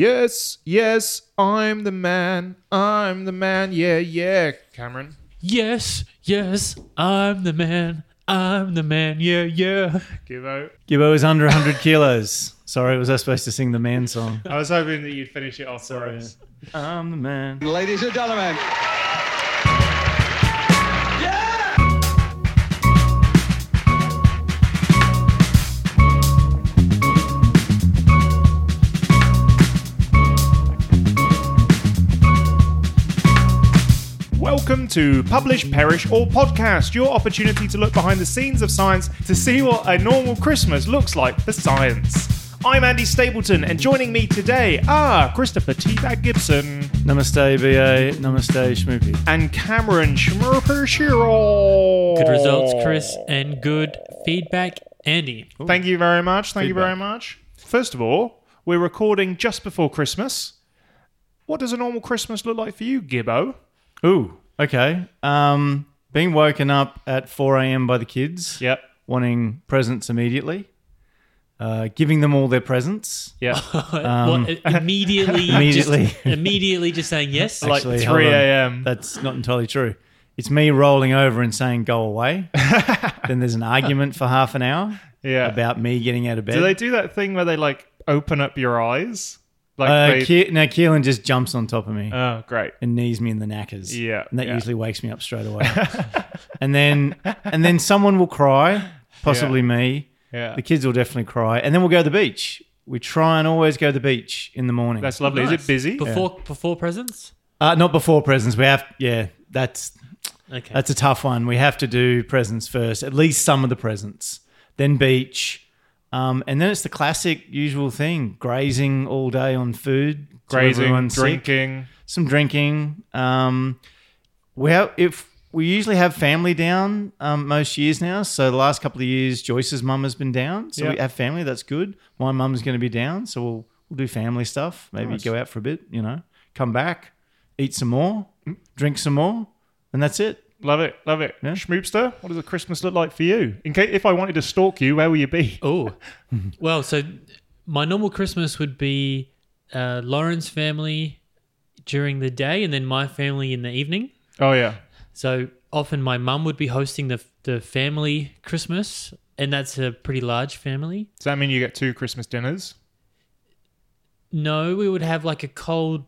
Yes, yes, I'm the man. I'm the man. Yeah, yeah, Cameron. Yes, yes, I'm the man. I'm the man. Yeah, yeah. Gibbo. Gibbo is under 100 kilos. Sorry, was I supposed to sing the man song? I was hoping that you'd finish it off for us. I'm the man. Ladies and gentlemen. Welcome to Publish, Perish, or Podcast, your opportunity to look behind the scenes of science to see what a normal Christmas looks like for science. I'm Andy Stapleton, and joining me today are Christopher Teabag Gibson Namaste, BA. Namaste, Shmoopy. and Cameron Schmurper Shiro. Good results, Chris, and good feedback, Andy. Thank you very much. Thank you Feedback. very much. First of all, we're recording just before Christmas. What does a normal Christmas look like for you, Gibbo? Ooh, okay. Um, being woken up at 4 a.m. by the kids, Yep. wanting presents immediately, uh, giving them all their presents. Yep. well, i- uh, immediately, Immediately. just, immediately, just saying yes. like Actually, hold 3 on. a.m. That's not entirely true. It's me rolling over and saying, go away. then there's an argument for half an hour Yeah. about me getting out of bed. Do they do that thing where they like open up your eyes? Like uh, they. Ke- no, Keelan just jumps on top of me. oh, great. and knees me in the knackers. Yeah, and that yeah. usually wakes me up straight away. and then and then someone will cry, possibly me. Yeah. The kids will definitely cry, and then we'll go to the beach. We try and always go to the beach in the morning. That's lovely. Is Nice. it busy? Before before presents? uh, not before presents. We have yeah. That's Okay. that's a tough one. We have to do presents first, at least some of the presents, then beach, um, and then it's the classic usual thing: grazing all day on food, till Grazing, everyone's sick. drinking. some drinking. Um, we have, if we usually have family down um, most years now. So the last couple of years, Joyce's mum has been down, so we Yeah. have family. That's good. My mum's going to be down, so we'll we'll do family stuff. Maybe go out for a bit, you know, come back, eat some more, drink some more, and that's it. Love it. Love it. Schmoopster, what does a Christmas look like for you? In case if I wanted to stalk you, where will you be? Oh, well, so my normal Christmas would be uh, Lauren's family during the day and then my family in the evening. Oh, yeah. So often my mum would be hosting the, the family Christmas, and that's a pretty large family. Does that mean you get two Christmas dinners? No, we would have like a cold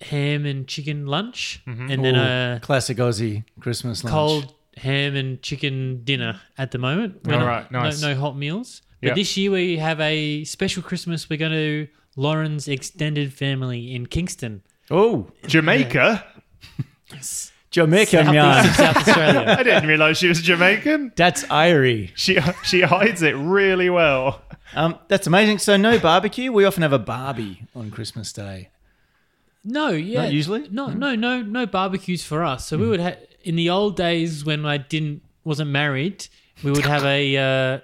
ham and chicken lunch Mm-hmm. and then a Classic Aussie Christmas lunch. cold ham and chicken dinner at the moment. We're All not- right, nice. No, no hot meals. But Yeah. this year we have a special Christmas. We're going to Lauren's extended family in Kingston. Oh, Jamaica? Jamaica Southeast man. of South Australia. I didn't realize she was Jamaican. That's Irie. She she hides it really well. Um, that's amazing. So no barbecue. We often have a barbie on Christmas Day. No, yeah. Not usually? Hmm. No, no, no, no barbecues for us. So we would have in the old days when I didn't wasn't married, we would have a uh,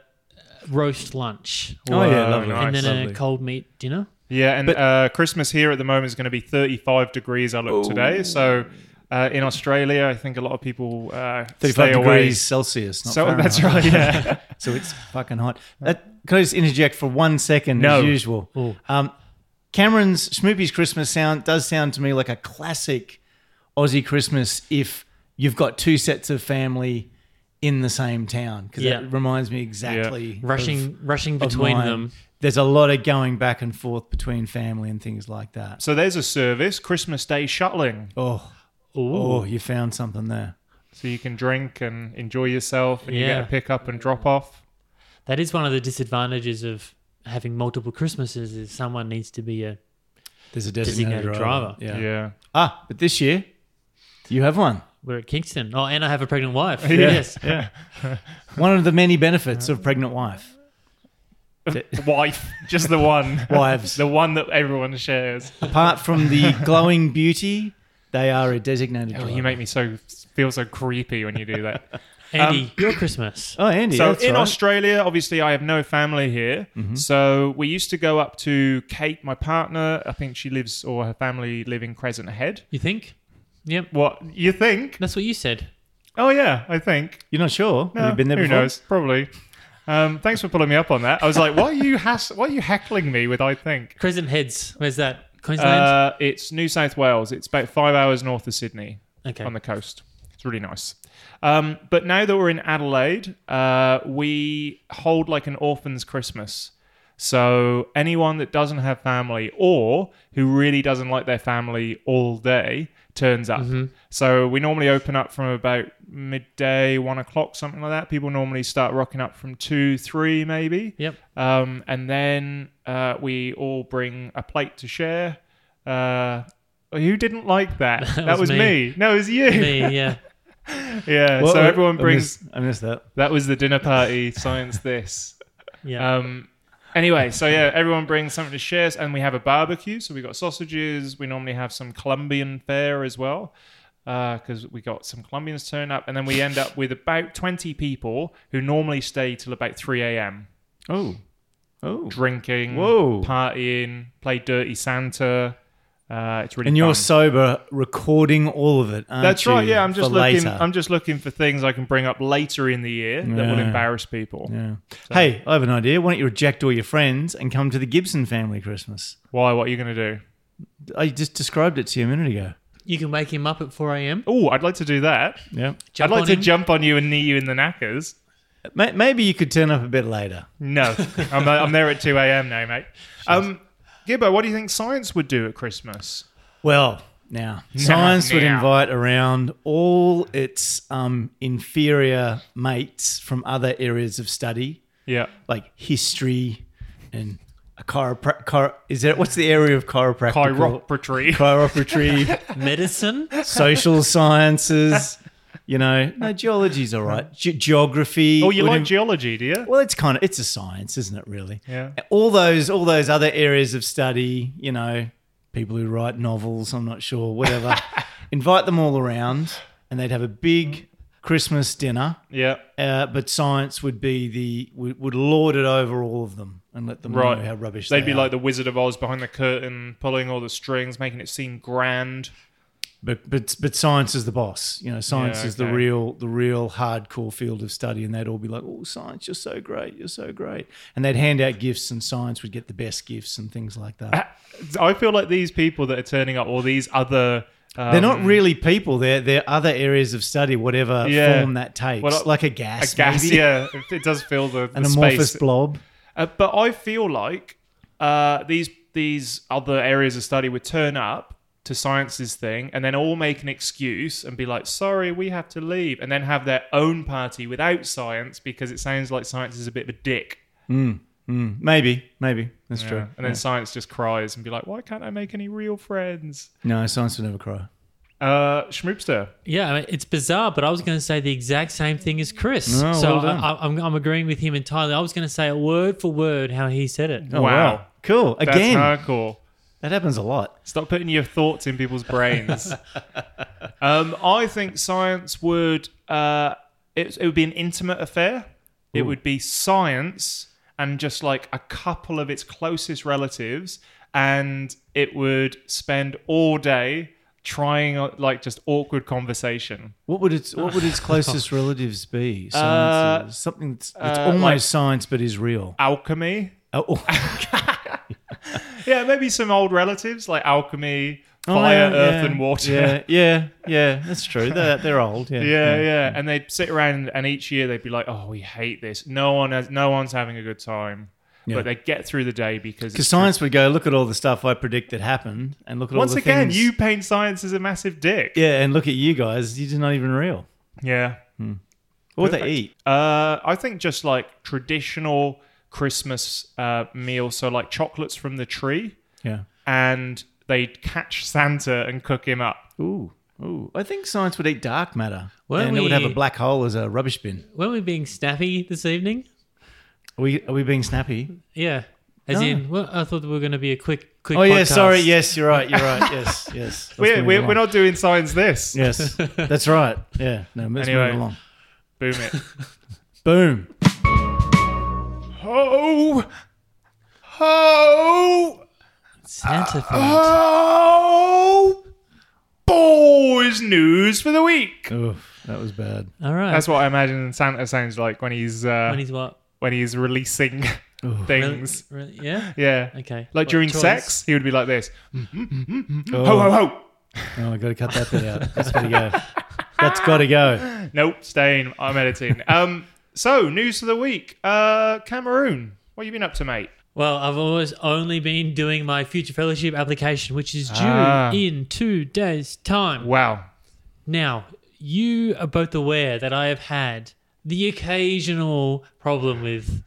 roast lunch Oh yeah, Whoa, lovely. nice. and then Lovely. a cold meat dinner. Yeah, and uh, Christmas here at the moment is going to be 35 degrees. I looked today, so uh, in Australia, I think a lot of people uh, 35 stay degrees away. Celsius. Not So Fahrenheit. that's right. Yeah, So it's fucking hot. That, can I just interject for one second No. as usual? Um, Cameron's Smoopy's Christmas sound does sound to me like a classic Aussie Christmas if you've got two sets of family in the same town because Yeah. that reminds me exactly of- Rushing rushing of between mine. them. There's a lot of going back and forth between family and things like that. so there's a service, Christmas Day shuttling, Oh, oh, you found something there. so you can drink and enjoy yourself, and you Yeah. get a pick up and drop off. That is one of the disadvantages of having multiple Christmases is someone needs to be a There's a Designated designated, driver. Yeah, yeah. Ah, but this year you have one. we're at Kingston. Oh, and I have a pregnant wife. Yes. Yeah. one of the many benefits of pregnant wife. wife, just the one, Wives. the one that everyone shares. Apart from the glowing beauty, they are a designated Oh, driver. you make me so feel so creepy when you do that. Andy, your Christmas. oh, Andy. So that's in right. Mm-hmm. Australia, obviously, I have no family here. So we used to go up to Kate, my partner. I think she lives or her family live in Crescent Head. You think? Yep. What you think? That's what you said. Oh yeah, I think. You're not sure? Uh, Have you been there who before? knows? Probably. Um, thanks for pulling me up on that. I was like, why are you hass- why are you heckling me with I think? Crescent Heads. Where's that? Queensland? Uh, it's New South Wales. It's about five hours north of Sydney okay. on the coast. It's really nice. Um, but now that we're in Adelaide, uh, we hold like an orphan's Christmas. So anyone that doesn't have family or who really doesn't like their family all day turns up. Mm-hmm. So we normally open up from about midday, one o'clock, something like that. People normally start rocking up from two, three, maybe. Yep. Um, and then uh, we all bring a plate to share. Uh, who didn't like that? That, was, was me. me. No, it was you. Me, yeah. Yeah. Well, uh, so I- everyone I brings. missed- I missed that. That was the dinner party. Science this. Yeah. Um, anyway, so yeah, everyone brings something to share, and we have a barbecue. So we got sausages. We normally have some Colombian fare as well, because we got some Colombians turn up, and then we end up with about twenty people who normally stay till about three a.m. Oh, oh. drinking, Whoa. partying, play dirty Santa. Uh, it's really And you're fun. sober, recording all of it. Aren't That's you, right. Yeah, I'm just for looking. Later. I'm just looking for things I can bring up later in the year that will Yeah. embarrass people. yeah. Hey, I have an idea. Why don't you reject all your friends and come to the Gibson family Christmas? Why? What are you going to do? I just described it to you a minute ago. you can wake him up at 4 a.m. Oh, I'd like to do that. Yeah. Jump I'd like on to him. jump on you and knee you in the knackers. Ma- Maybe you could turn up a bit later. No, I'm, I'm there at 2 a.m. now, mate. Um, Gibbo, what do you think science would do at Christmas? Well, now science would now. invite around all its um, inferior mates from other areas of study, Yeah. like history and a chiropra- chiro- Is there what's the area of chiropractic? Chiropractic. Chiropractic, Medicine? social sciences. You know, no geology's all right. Ge- geography. Oh, you would like inv- geology, do you? well, it's kind of it's a science, isn't it? Really. Yeah. All those all those other areas of study, you know, people who write novels, I'm not sure, whatever. invite them all around, and they'd have a big Christmas dinner. Yeah. Uh, but science would be the would, would lord it over all of them and let them Right. know how rubbish They'd they be are. like the Wizard of Oz behind the curtain, pulling all the strings, making it seem grand. but but but science is the boss. You know, science Yeah, is the okay. real the real hardcore field of study, and they'd all be like, "Oh, science, you're so great, you're so great," and they'd hand out gifts, and science would get the best gifts and things like that. Uh, I feel like these people that are turning up, all these other. Um, They're not really people. They're they're other areas of study, whatever Yeah. form that takes, Well, like a a gas, gas, maybe, yeah. It- It does fill the, the an amorphous space. blob. Uh, but I feel like uh, these these other areas of study would turn up to science's thing and then all make an excuse and be like, sorry, we have to leave, and then have their own party without science because it sounds like science is a bit of a dick. Mm, maybe, maybe that's true. Hmm. And then science just cries and be like, why can't I make any real friends? No, science would never cry. Uh, Schmoopster. Yeah, I mean, it's bizarre, but I was going to say the exact same thing as Chris. Oh, so well done. I, I, I'm, I'm agreeing with him entirely. I was going to say it word for word how he said it. Oh, Wow. cool. That's Again, hardcore. that happens a lot. Stop putting your thoughts in people's brains. um, I think science would uh, it, it would be an intimate affair. It would be science and just like a couple of its closest relatives, and it would spend all day trying uh, like just awkward conversation. What would its What would its closest relatives be? Science, is something that's, that's uh, almost like- science but is real. Alchemy, Oh, oh, yeah, maybe some old relatives like alchemy, fire, Oh, yeah, earth, yeah. and water. Yeah, yeah, yeah. That's true. They're they're old. Yeah, Yeah, yeah, And they'd sit around and each year they'd be like, "Oh, we hate this. No one has, no one's having a good time." But they get through the day because Because science would go, look at all the stuff I predict that happened, and look at once all the again, things- you paint science as a massive dick. Yeah, and look at you guys. You're just not even real. Yeah. What Perfect. they eat? Uh, I think just like traditional Christmas uh, meal, so like chocolates from the tree, Yeah. and they'd catch Santa and cook him up. Ooh, ooh. I think science would eat dark matter, Weren't and it would have a we- black hole as a rubbish bin. Weren't we being snappy this evening? Are we, are we being snappy? Yeah. As No. in, well, I thought we were going to be a quick, quick. Oh yeah, podcast. sorry. Yes, you're right. You're right. Yes, yes. Let's We're, move we're, along. we're not doing science this. Yes, that's right. Yeah. No, let's Anyway. move along. Boom it. Boom. ho, ho. Ah. Santa Fe. Oh, boys! News for the week. Oof, that was bad. All right. That's what I imagine Santa sounds like when he's uh, when he's what? when he's releasing things. Really? Yeah. Yeah. Okay. Like What during choice? sex, he would be like this. Oh, Ho ho ho. I got to cut that bit out. That's got to go. That's got to go. Nope, staying. I'm editing. um, so news of the week. Uh, Cameroon. What you been up to, mate? Well, I've always only been doing my future fellowship application, which is due Ah. in two days' time. Wow. Now, you are both aware that I have had the occasional problem with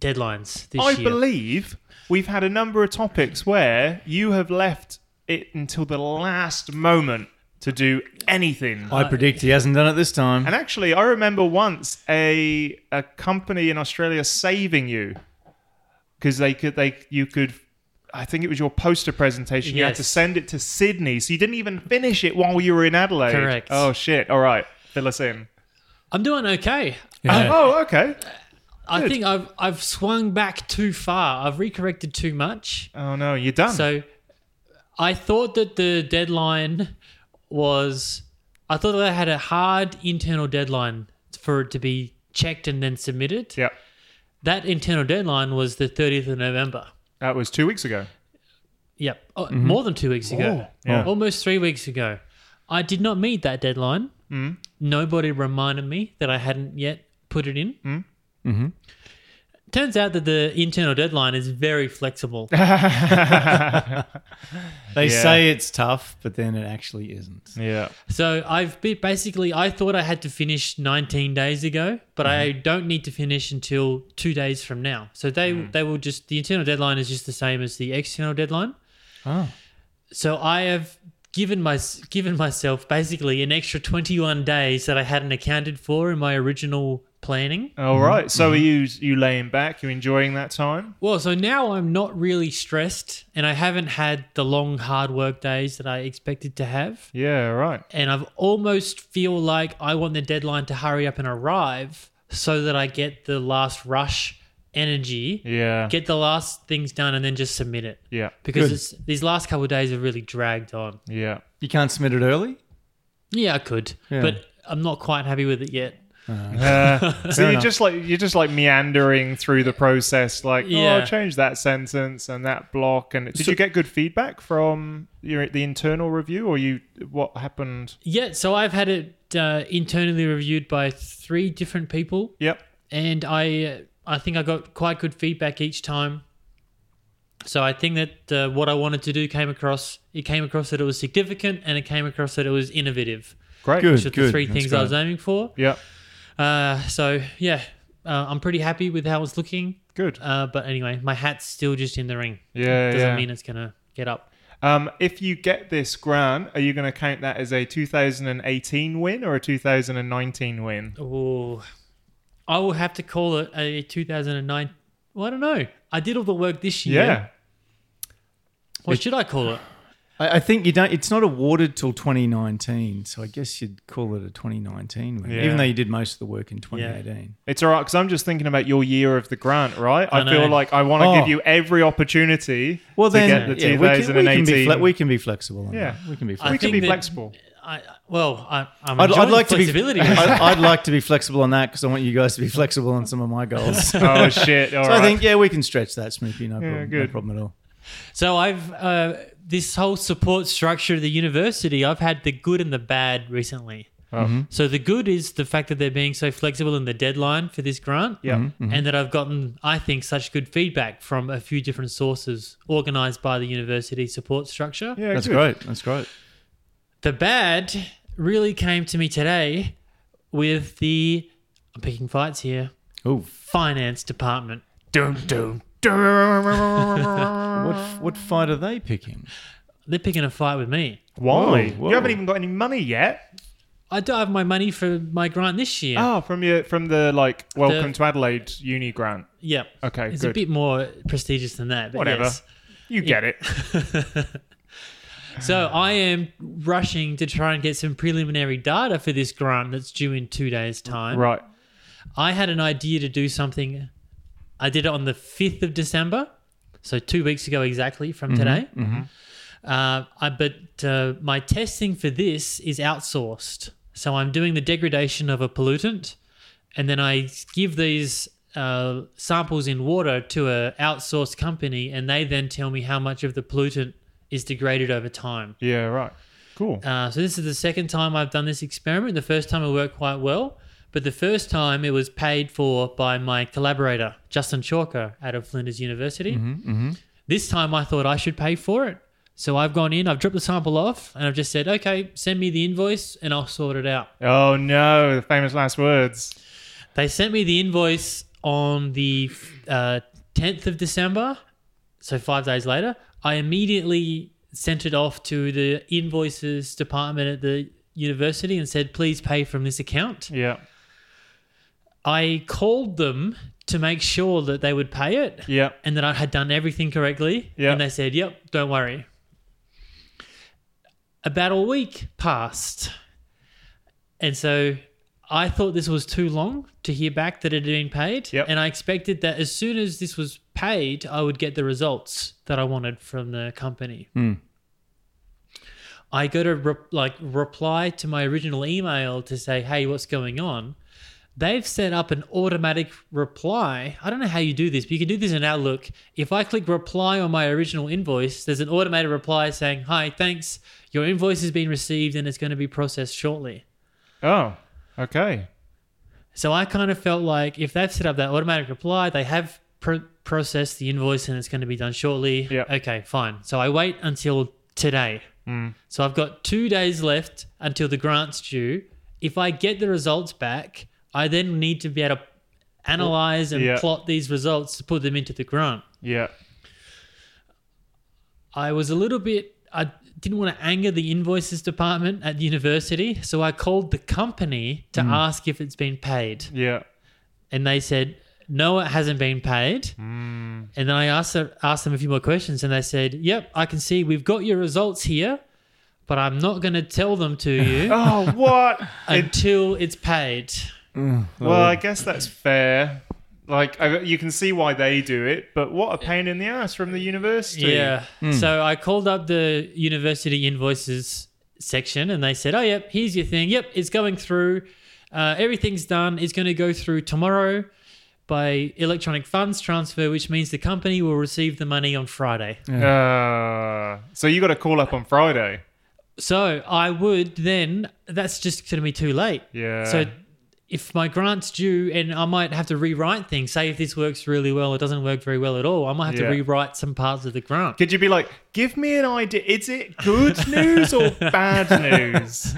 deadlines this I year. believe we've had a number of topics where you have left it until the last moment to do anything. I predict he hasn't done it this time. and actually, I remember once a a company in Australia saving you because they could they you could. I think it was your poster presentation. You had to Yes. send it to Sydney, so you didn't even finish it while you were in Adelaide. Correct. Oh shit! All right, fill us in. I'm doing okay. Oh, okay. I think I've I've swung back too far. I've recorrected too much. Oh no, you're done. So I thought that the deadline was I thought that I had a hard internal deadline for it to be checked and then submitted. yep, That internal deadline was the 30th of November. that was two weeks ago. Yep. Oh, More than two weeks ago. yeah. Almost three weeks ago. I did not meet that deadline. Mm. Nobody reminded me that I hadn't yet put it in. Mm. Mm-hmm. Turns out that the internal deadline is very flexible. They Yeah. say it's tough, but then it actually isn't. Yeah. so I've be- basically, I thought I had to finish 19 days ago, but I don't need to finish until two days from now. So they, they will just, the internal deadline is just the same as the external deadline. Oh. So I have given my given myself basically an extra 21 days that I hadn't accounted for in my original planning. All Mm-hmm. right. So are you you laying back? You enjoying that time? Well, so now I'm not really stressed and I haven't had the long hard work days that I expected to have. Yeah. Right. And I've almost feel like I want the deadline to hurry up and arrive so that I get the last rush energy, Yeah. get the last things done and then just submit it. yeah. Because Good. it's, these last couple of days have really dragged on. Yeah. You can't submit it early? Yeah, I could, Yeah. but I'm not quite happy with it yet. Uh, so Fair you're enough. just like you're just like meandering through the process, like oh, Yeah. I'll change that sentence and that block. And did So- you get good feedback from your the internal review, or you what happened? Yeah, so I've had it uh, internally reviewed by three different people, Yep. and I uh, I think I got quite good feedback each time. So I think that uh, what I wanted to do came across. It came across that it was significant, and it came across that it was innovative. Great. Good. Which are the three That's things I was great. aiming for. Yep. Uh, so yeah, uh, I'm pretty happy with how it's looking. Good. Uh, but anyway, my hat's still just in the ring. Yeah. Doesn't yeah. mean it's gonna get up. Um, if you get this grant, are you going to count that as a 2018 win or a 2019 win? Oh, I will have to call it a 2009. Well, I don't know. I did all the work this year. Yeah. What should I call it? I, I think you don't. It's not awarded till 2019, so I guess you'd call it a 2019 win, Yeah. even though you did most of the work in 2018. It's all right because I'm just thinking about your year of the grant, right? I, I feel know. like I want to Oh. give you every opportunity Well, to then get the yeah, we, can, 2018. we, can be fle- we can be flexible. On Yeah. that. we can be I We flexible. can think be that- flexible. I, well, I, I'm I'd, enjoying I'd like to be. flexibility. I, would like to be flexible on that because I want you guys to be flexible on some of my goals. so oh shit! All right. I think yeah, we can stretch that, Smoopy. No, Yeah, problem, no good. problem at all. so I've uh, this whole support structure of the university. I've had the good and the bad recently. Oh. Mm-hmm. So the good is the fact that they're being so flexible in the deadline for this grant, Yeah. Mm-hmm. Mm-hmm. and that I've gotten, I think, such good feedback from a few different sources organised by the university support structure. Yeah, That's good. great. That's great. The bad really came to me today with the I'm picking fights here. Oh, Finance department. Dum, dum, dum. what f- Um, what fight are they picking? They're picking a fight with me. Why? Whoa, whoa. You haven't even got any money yet. I don't have my money for my grant this year. Oh, from your from the like Welcome to Adelaide Uni grant. yeah. Okay, It's good. a bit more prestigious than that. But Whatever. yes. you get it. So I am rushing to try and get some preliminary data for this grant that's due in two days' time. right. I had an idea to do something. I did it on the 5th of December, so two weeks ago exactly from today. Uh, I, but uh, my testing for this is outsourced. So I'm doing the degradation of a pollutant, and then I give these uh, samples in water to a outsourced company, and they then tell me how much of the pollutant is degraded over time. Yeah, right. Cool. Uh, so this is the second time I've done this experiment. The first time it worked quite well, but the first time it was paid for by my collaborator Justin Chalker out of Flinders University. This time I thought I should pay for it, so I've gone in, I've dropped the sample off, and I've just said, "Okay, send me the invoice, and I'll sort it out." oh no, the famous last words. They sent me the invoice on the uh, 10th of December, so five days later. I immediately sent it off to the invoices department at the university and said, please pay from this account. Yeah. I called them to make sure that they would pay it Yeah. and that I had done everything correctly. Yeah. And they said, yep, don't worry. About a week passed. And so I thought this was too long to hear back that it had been paid. Yep. And I expected that as soon as this was paid, I would get the results that I wanted from the company. I go to re- like reply to my original email to say, "Hey, what's going on?" They've set up an automatic reply. I don't know how you do this, but you can do this in Outlook. If I click reply on my original invoice, there's an automated reply saying, "Hi, thanks. Your invoice has been received and it's going to be processed shortly." Oh, okay. So I kind of felt like if they've set up that automatic reply, they have pr- processed the invoice and it's going to be done shortly. Yeah. Okay, fine. So I wait until today. So I've got two days left until the grant's due. If I get the results back, I then need to be able to analyze and Yeah. plot these results to put them into the grant. Yeah. I was a little bit. I didn't want to anger the invoices department at university, so I called the company to ask if it's been paid. Yeah. and they said no it hasn't been paid Hmm. and then i asked, them- asked them a few more questions and they said yep i can see we've got your results here but i'm not going to tell them to you Oh, what? It- until it's paid well, I guess that's fair. Like, I, you can see why they do it, but what a pain in the ass from the university. yeah so i called up the university invoices section and they said oh yep here's your thing yep it's going through uh, everything's done it's going to go through tomorrow by electronic funds transfer which means the company will receive the money on friday Uh, so you got to call up on Friday. So I would then. That's just going to be too late. Yeah. So if my grant's due, and I might have to rewrite things. Say if this works really well, it doesn't work very well at all. I might have Yeah. to rewrite some parts of the grant. Could you be like, give me an idea? Is it good news or bad news?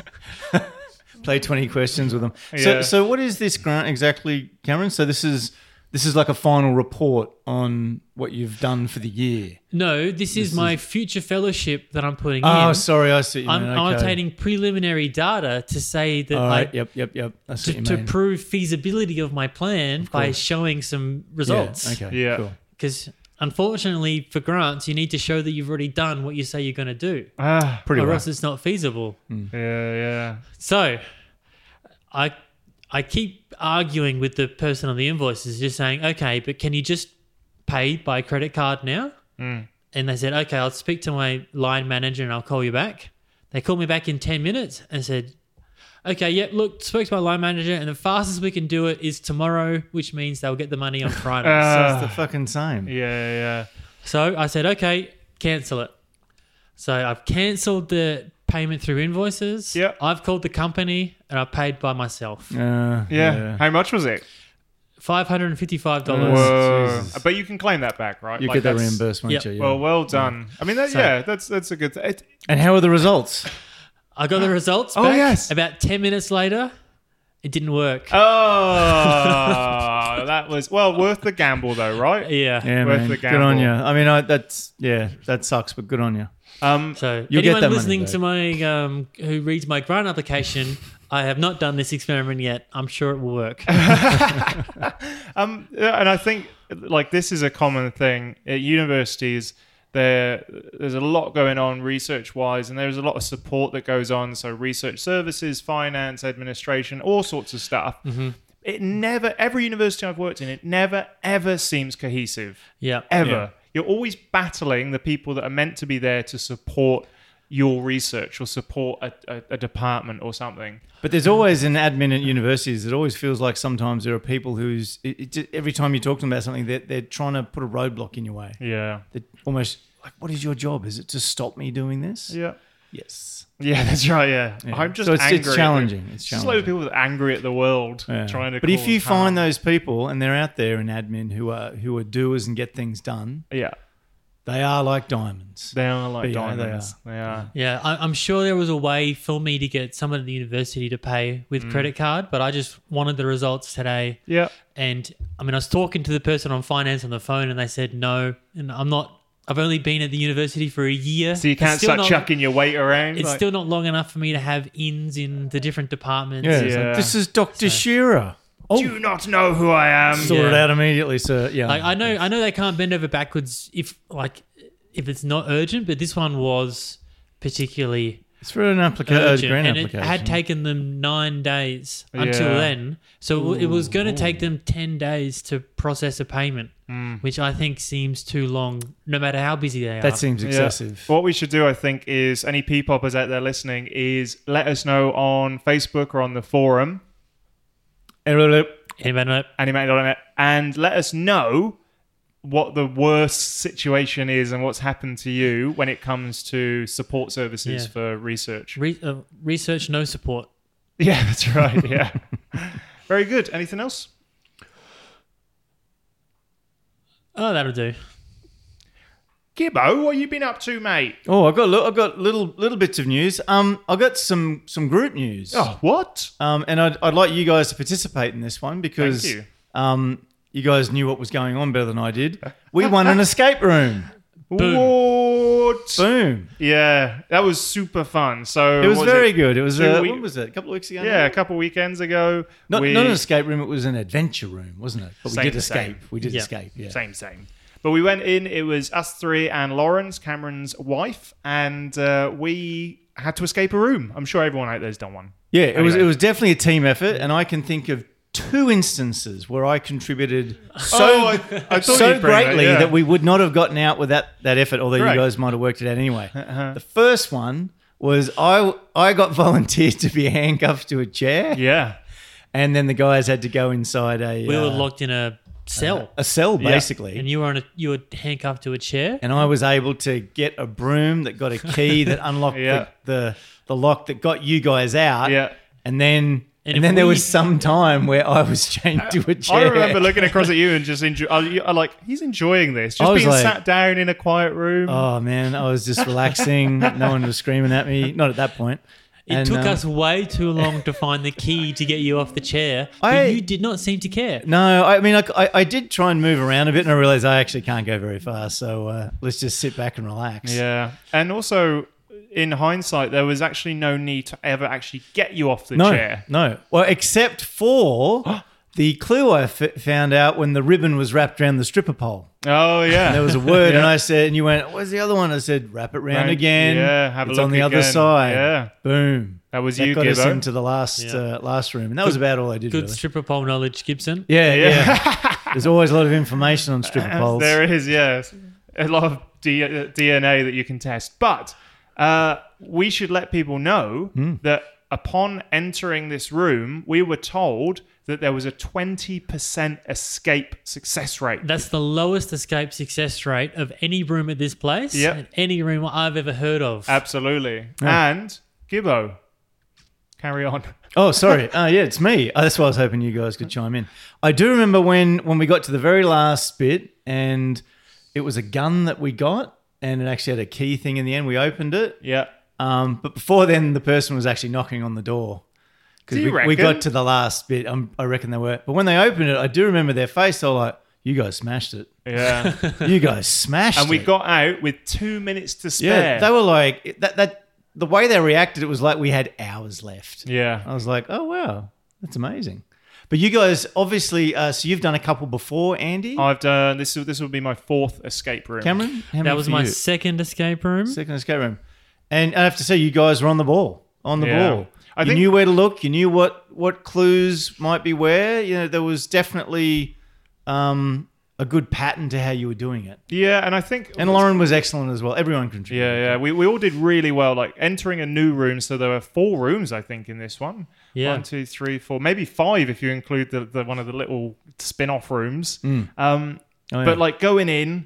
Play twenty questions with them. Yeah. So, so what is this grant exactly, Cameron? So this is this is like a final report on what you've done for the year. No, this, is my future fellowship that I'm putting Oh, in. sorry, I see. What you I'm mean. Okay. annotating preliminary data to say that All I. right. Yep. Yep. Yep. That's To, what to you mean. prove feasibility of my plan by showing some Yeah, results. Okay. Yeah. Cool. Because unfortunately, for grants, you need to show that you've already done what you say you're going to do, Ah, Pretty or well. else it's not feasible. yeah, yeah. So, I I keep arguing with the person on the invoices, just saying, okay, but can you just pay by credit card now? And they said, okay, I'll speak to my line manager and I'll call you back. They called me back in ten minutes and said, okay, yeah, look, spoke to my line manager, and the fastest we can do it is tomorrow, which means they'll get the money on Friday. So Ah, it's the fucking same. yeah, yeah. So I said, okay, cancel it. So I've cancelled the payment through invoices. Yep. I've called the company and I paid by myself. Uh, Yeah. How much was it? Five hundred and fifty-five dollars. Whoa. Jesus. But you can claim that back, right? You Like, get that that's- reimbursed, won't Yep. you? Yeah. Well, well done. I mean, that, So- yeah, that's that's a good. It, and how are the results? I got the results. Oh, back. yes. About ten minutes later, it didn't work. oh, that was well worth the gamble, though, right? yeah. Yeah, Worth man. the Good on gamble. you. I mean, I, that's yeah, that sucks, but good on you. Um, So You'll get anyone that money listening back. to my um, who reads my grant application, I have not done this experiment yet. I'm sure it will work. Um, yeah, and I think like this is a common thing at universities. There, there's a lot going on research-wise, and there's a lot of support that goes on. So research services, finance, administration, all sorts of stuff. It never, every university I've worked in, it never ever seems cohesive. yeah. ever. You're always battling the people that are meant to be there to support your research or support a, a, a department or something. But there's always an admin at universities. It always feels like sometimes there are people who's it, it, just- every time you talk to them about something, they're, they're trying to put a roadblock in your way. Yeah. That almost like, what is your job? Is it to stop me doing this? Yeah. Yes. Yeah, that's right. Yeah, I'm just So it's- it's angry. challenging, At, it's Just loads of people that are angry at the world Yeah. trying to. But if cause you harm. find those people and they're out there in admin who are who are doers and get things done, yeah, they are like diamonds. they are like But yeah, they diamonds. They are. Yeah, I, I'm sure there was a way for me to get someone at the university to pay with credit card, but I just wanted the results today. Yeah. And I mean, I was talking to the person on finance on the phone, and they said no. And I'm not. I've only been at the university for a year, So you It's can't still start not- chucking your weight around. It's like- still not long enough for me to have ins in the different departments. Yeah. it's Yeah. like, this is Dr. Shearer. Oh, do not know who I am. sort it Yeah. out immediately, sir. Yeah. Like, I know, I know they can't bend over backwards if like if it's not urgent, but this one was particularly it's through an application, urgent, grant and it application. had taken them nine days until Yeah. then. So it w- it was going to take them ten days to process a payment, which I think seems too long, no matter how busy they that are. seems Yeah. excessive. What we should do, I think, is any pee poppers out there listening, is let us know on Facebook or on the forum, Anybody know? animated.net, and let us know what the worst situation is and what's happened to you when it comes to support services Yeah. for research. Re- uh, research no support. Yeah, that's right. Yeah. Very good. Anything else? Oh, that'll do. Gibbo, what you been up to, mate? Oh, I've got li- I've got little little bits of news. Um, I got some some group news. Oh, what? Um, and I'd, I'd like you guys to participate in this one because Thank you. um you guys knew what was going on better than I did. We won an escape room. What? Boom! Yeah, that was super fun. So It was what very good. It was Two uh, week- when was it? A couple of weeks ago. Yeah, a now? couple weekends ago. Not, we- not an escape room. It was an adventure room, wasn't it? But we Same, did same. escape. We did Yeah. escape. Yeah. Same, same. But we went in, it was us three and Lawrence, Cameron's wife, and uh, we had to escape a room. I'm sure everyone out there's done one. Yeah, it was Anyway. it was definitely a team effort, and I can think of two instances where I contributed so Oh, I- I thought so you'd bring that, greatly yeah. that we would not have gotten out with that that effort. Although Right. you guys might have worked it out anyway. Uh-huh. The first one was I I got volunteered to be handcuffed to a chair, Yeah. and then the guys had to go inside a We uh, were locked in a cell, a cell Yeah. basically. and you were on a you were handcuffed to a chair. and I was able to get a broom that got a key that unlocked Yeah. the, the the lock that got you guys out. Yeah. And then and, And if then there we- was some time where I was chained to a chair. I remember looking across at you and just enjoy. I, I like he's enjoying this, I just was being like- sat down in a quiet room. Oh man, I was just relaxing. no one was screaming at me. Not at that point. It And, took um, us way too long to find the key to get you off the chair, but I- you did not seem to care. No, I mean, I, I, I did try and move around a bit, and I realized I actually can't go very far. So uh, let's just sit back and relax. Yeah, and also in hindsight, there was actually no need to ever actually get you off the No, chair. no. Well, except for the clue I f- found out when the ribbon was wrapped around the stripper pole. Oh yeah, There was a word, and I said, and you went, "Where's the other one?" I said, "Wrap it round Round- again." yeah, have a it's look on the other again. side. Yeah. boom. that was That you, got us Gibbo. into the last Yeah. uh, last room, and that was about all I did. Good Really. stripper pole knowledge, Gibson. Yeah, Yeah. yeah. There's always a lot of information on stripper poles. There is, yes. A lot of D- uh, DNA that you can test. But uh, we should let people know Hmm. that upon entering this room, we were told that there was a 20% escape success rate. That's the lowest escape success rate of any room at this place. Yep. and Any room I've ever heard of. Absolutely. And Gibbo, carry on. Oh, sorry. Uh, yeah, it's me. Oh, that's why I was hoping you guys could chime in. I do remember when when we got to the very last bit, and it was a gun that we got, and it actually had a key thing in the end. We opened it, Yeah. Um, but before then, the person was actually knocking on the door. Do Because you we, we reckon? got to the last bit, um, I reckon they were. But when they opened it, I do remember their face. They were like, "You guys smashed it! Yeah. You guys smashed!" and we it." got out with two minutes to spare. yeah. They were like that. That the way they reacted, it was like we had hours left. yeah. I was like, "Oh wow, that's amazing!" But you guys, obviously, uh, so you've done a couple before, Andy, I've done this. This will be my fourth escape room. Cameron. How many That was for my you? second escape room. second escape room. And I have to say, you guys were on the ball, on the Yeah. ball. I you think- knew where to look. You knew what what clues might be where. You know, there was definitely um, a good pattern to how you were doing it. Yeah, and I think And Lauren was excellent as well. Everyone contributed. Yeah, yeah. We, we all did really well. Like entering a new room, so there were four rooms, I think, in this one. Yeah. One, two, three, four, maybe five if you include the, the one of the little spin off rooms. Um, Oh, Hmm. yeah. But like going in,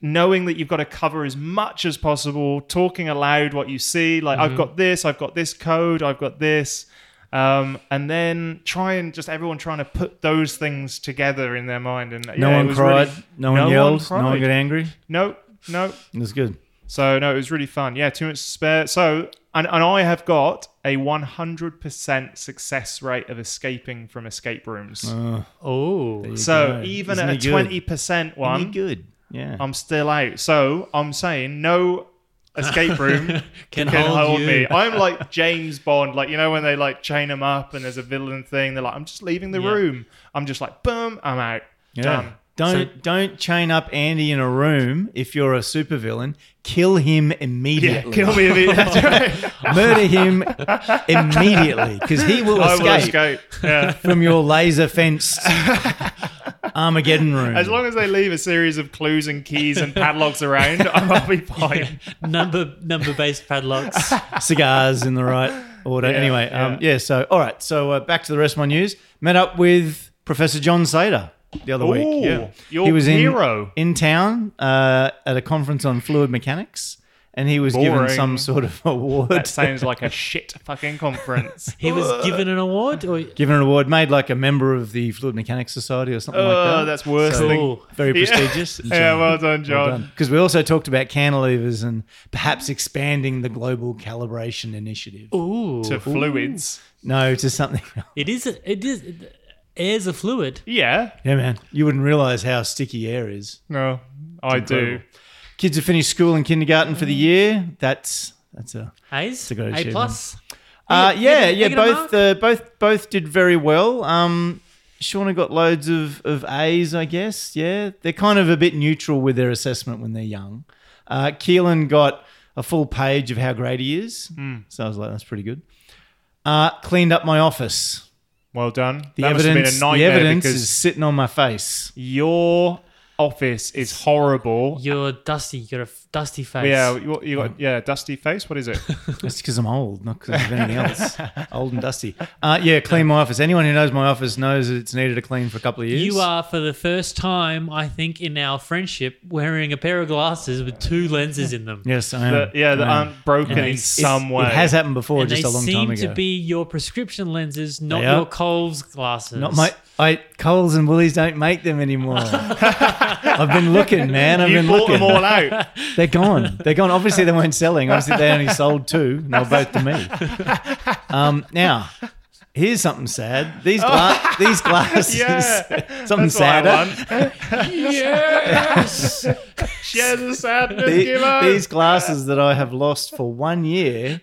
knowing that you've got to cover as much as possible, talking aloud what you see. Like, Mm-hmm. I've got this, I've got this code, I've got this. Um, and then try and just everyone trying to put those things together in their mind. And No yeah, it one was cried. really- no one yelled. cried. no one got angry. no, no. It was good. So no, it was really fun. Yeah, too much to spare. So and, and I have got a 100% success rate of escaping from escape rooms. Oh, so go. even Isn't at a he good? 20% one, good. Yeah. I'm still out. So I'm saying no escape room can can, hold, hold you. me. I'm like James Bond, like you know when they like chain him up and there's a villain thing. They're like, I'm just leaving the Yeah. room. I'm just like, boom, I'm out. yeah. Done. Don't don't chain up Andy in a room if you're a supervillain. Kill him Yeah, immediately. kill me. if you- That's right. Murder him immediately because he will I escape, will escape. Yeah. from your laser fenced Armageddon room. As long as they leave a series of clues and keys and padlocks around, I'll be fine. number number based padlocks. cigars in the right order. Yeah, anyway, yeah. Um, yeah. So, all right. So uh, back to the rest of my news. Met up with Professor John Sater the other Ooh, week. Yeah, your he was hero. in in town uh, at a conference on fluid mechanics, and he was given Boring. some sort of award. That sounds like a shit fucking conference. He was given an award, or given an award, made like a member of the Fluid Mechanics Society or something Oh, like that. that's worse cool. Very Yeah. prestigious. Yeah, well done, John. Because we also talked about cantilevers and perhaps expanding the global calibration initiative. Ooh, to fluids. No, to something else. it is. a- It is. it- Air's a fluid. Yeah. Yeah, man. You wouldn't realize how sticky air is. No, I do. Kids have finished school and kindergarten for the year. That's that's a A's, a good a achievement. plus. uh, You get- yeah, you yeah. get a Both mark? uh, both both did very well. Um, Shauna got loads of of A's, I guess. Yeah, they're kind of a bit neutral with their assessment when they're young. Uh, Keelan got a full page of how great he is, Hmm. so I was like, that's pretty good. Uh, cleaned up my office. Well done. The that evidence, must have the been a nightmare evidence because is sitting on my face. your office is horrible. You're dusty. You're a f- dusty face. Yeah, you, you Um, got yeah, dusty face. What is it? That's because I'm old, not because of anything else. old and dusty. Uh, yeah, clean my office. Anyone who knows my office knows that it's needed a clean for a couple of years. You are, for the first time, I think, in our friendship, wearing a pair of glasses with two lenses in them. Yes, I am. The- um, yeah, that I am. aren't broken Yeah. in It's- some way. um, It has happened before, And just they a long seem time ago. to be your prescription lenses, not They are. your Coles glasses. Not my. I Coles and Woolies don't make them anymore. I've been looking, man. I've you been bought looking. them all out. They're gone. They're gone. Obviously, they weren't selling. Obviously, they only sold two, and they were both to me. Um, now, here's something sad. These gla- these glasses. Yeah, something That's what I sadder. want. Yes. Share the sadness. The- give up. these glasses that I have lost for one year,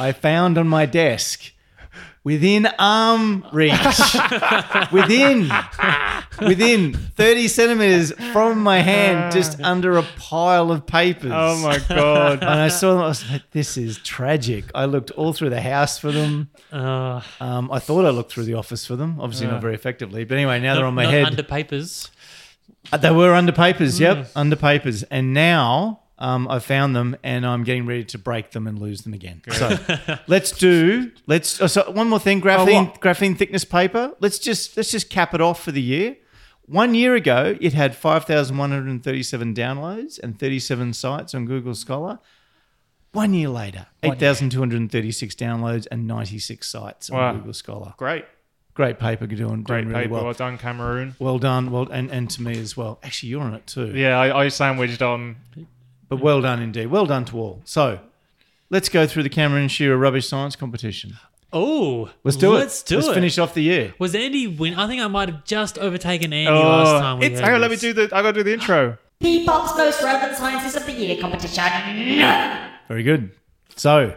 I found on my desk within arm reach, within within thirty centimeters from my hand, just under a pile of papers. Oh my god. And I saw them. I was like, "This is tragic." I looked all through the house for them. Uh, Um, I thought I looked through the office for them. Obviously, not very effectively. But anyway, now they're on my not head. under papers. Uh, They were under papers. Mm. Yep, under papers. And now um, I found them, and I'm getting ready to break them and lose them again. So let's do. Let's. Oh, so one more thing. Graphene graphene thickness paper. Let's just let's just cap it off for the year. One year ago, it had 5,137 downloads and 37 sites on Google Scholar. One year later, 8,236 downloads and 96 sites on Wow. Google Scholar. Great. Great paper, doing, doing Great really paper. well. Well done, Cameroon. Well done, well, and, and to me as well. Actually, you're on it too. Yeah, I, I sandwiched on. But well done indeed. Well done to all. So let's go through the Cameron Shearer rubbish science competition. Oh, Let's do it. Let's do let's it. finish off the year. Was Andy win? I think I might have just overtaken Andy Oh, last time. We Oh, it's, had hang on, let me this. do the. I gotta do the intro. Bebop's Most Relevant Sciences of the Year competition. Very good. So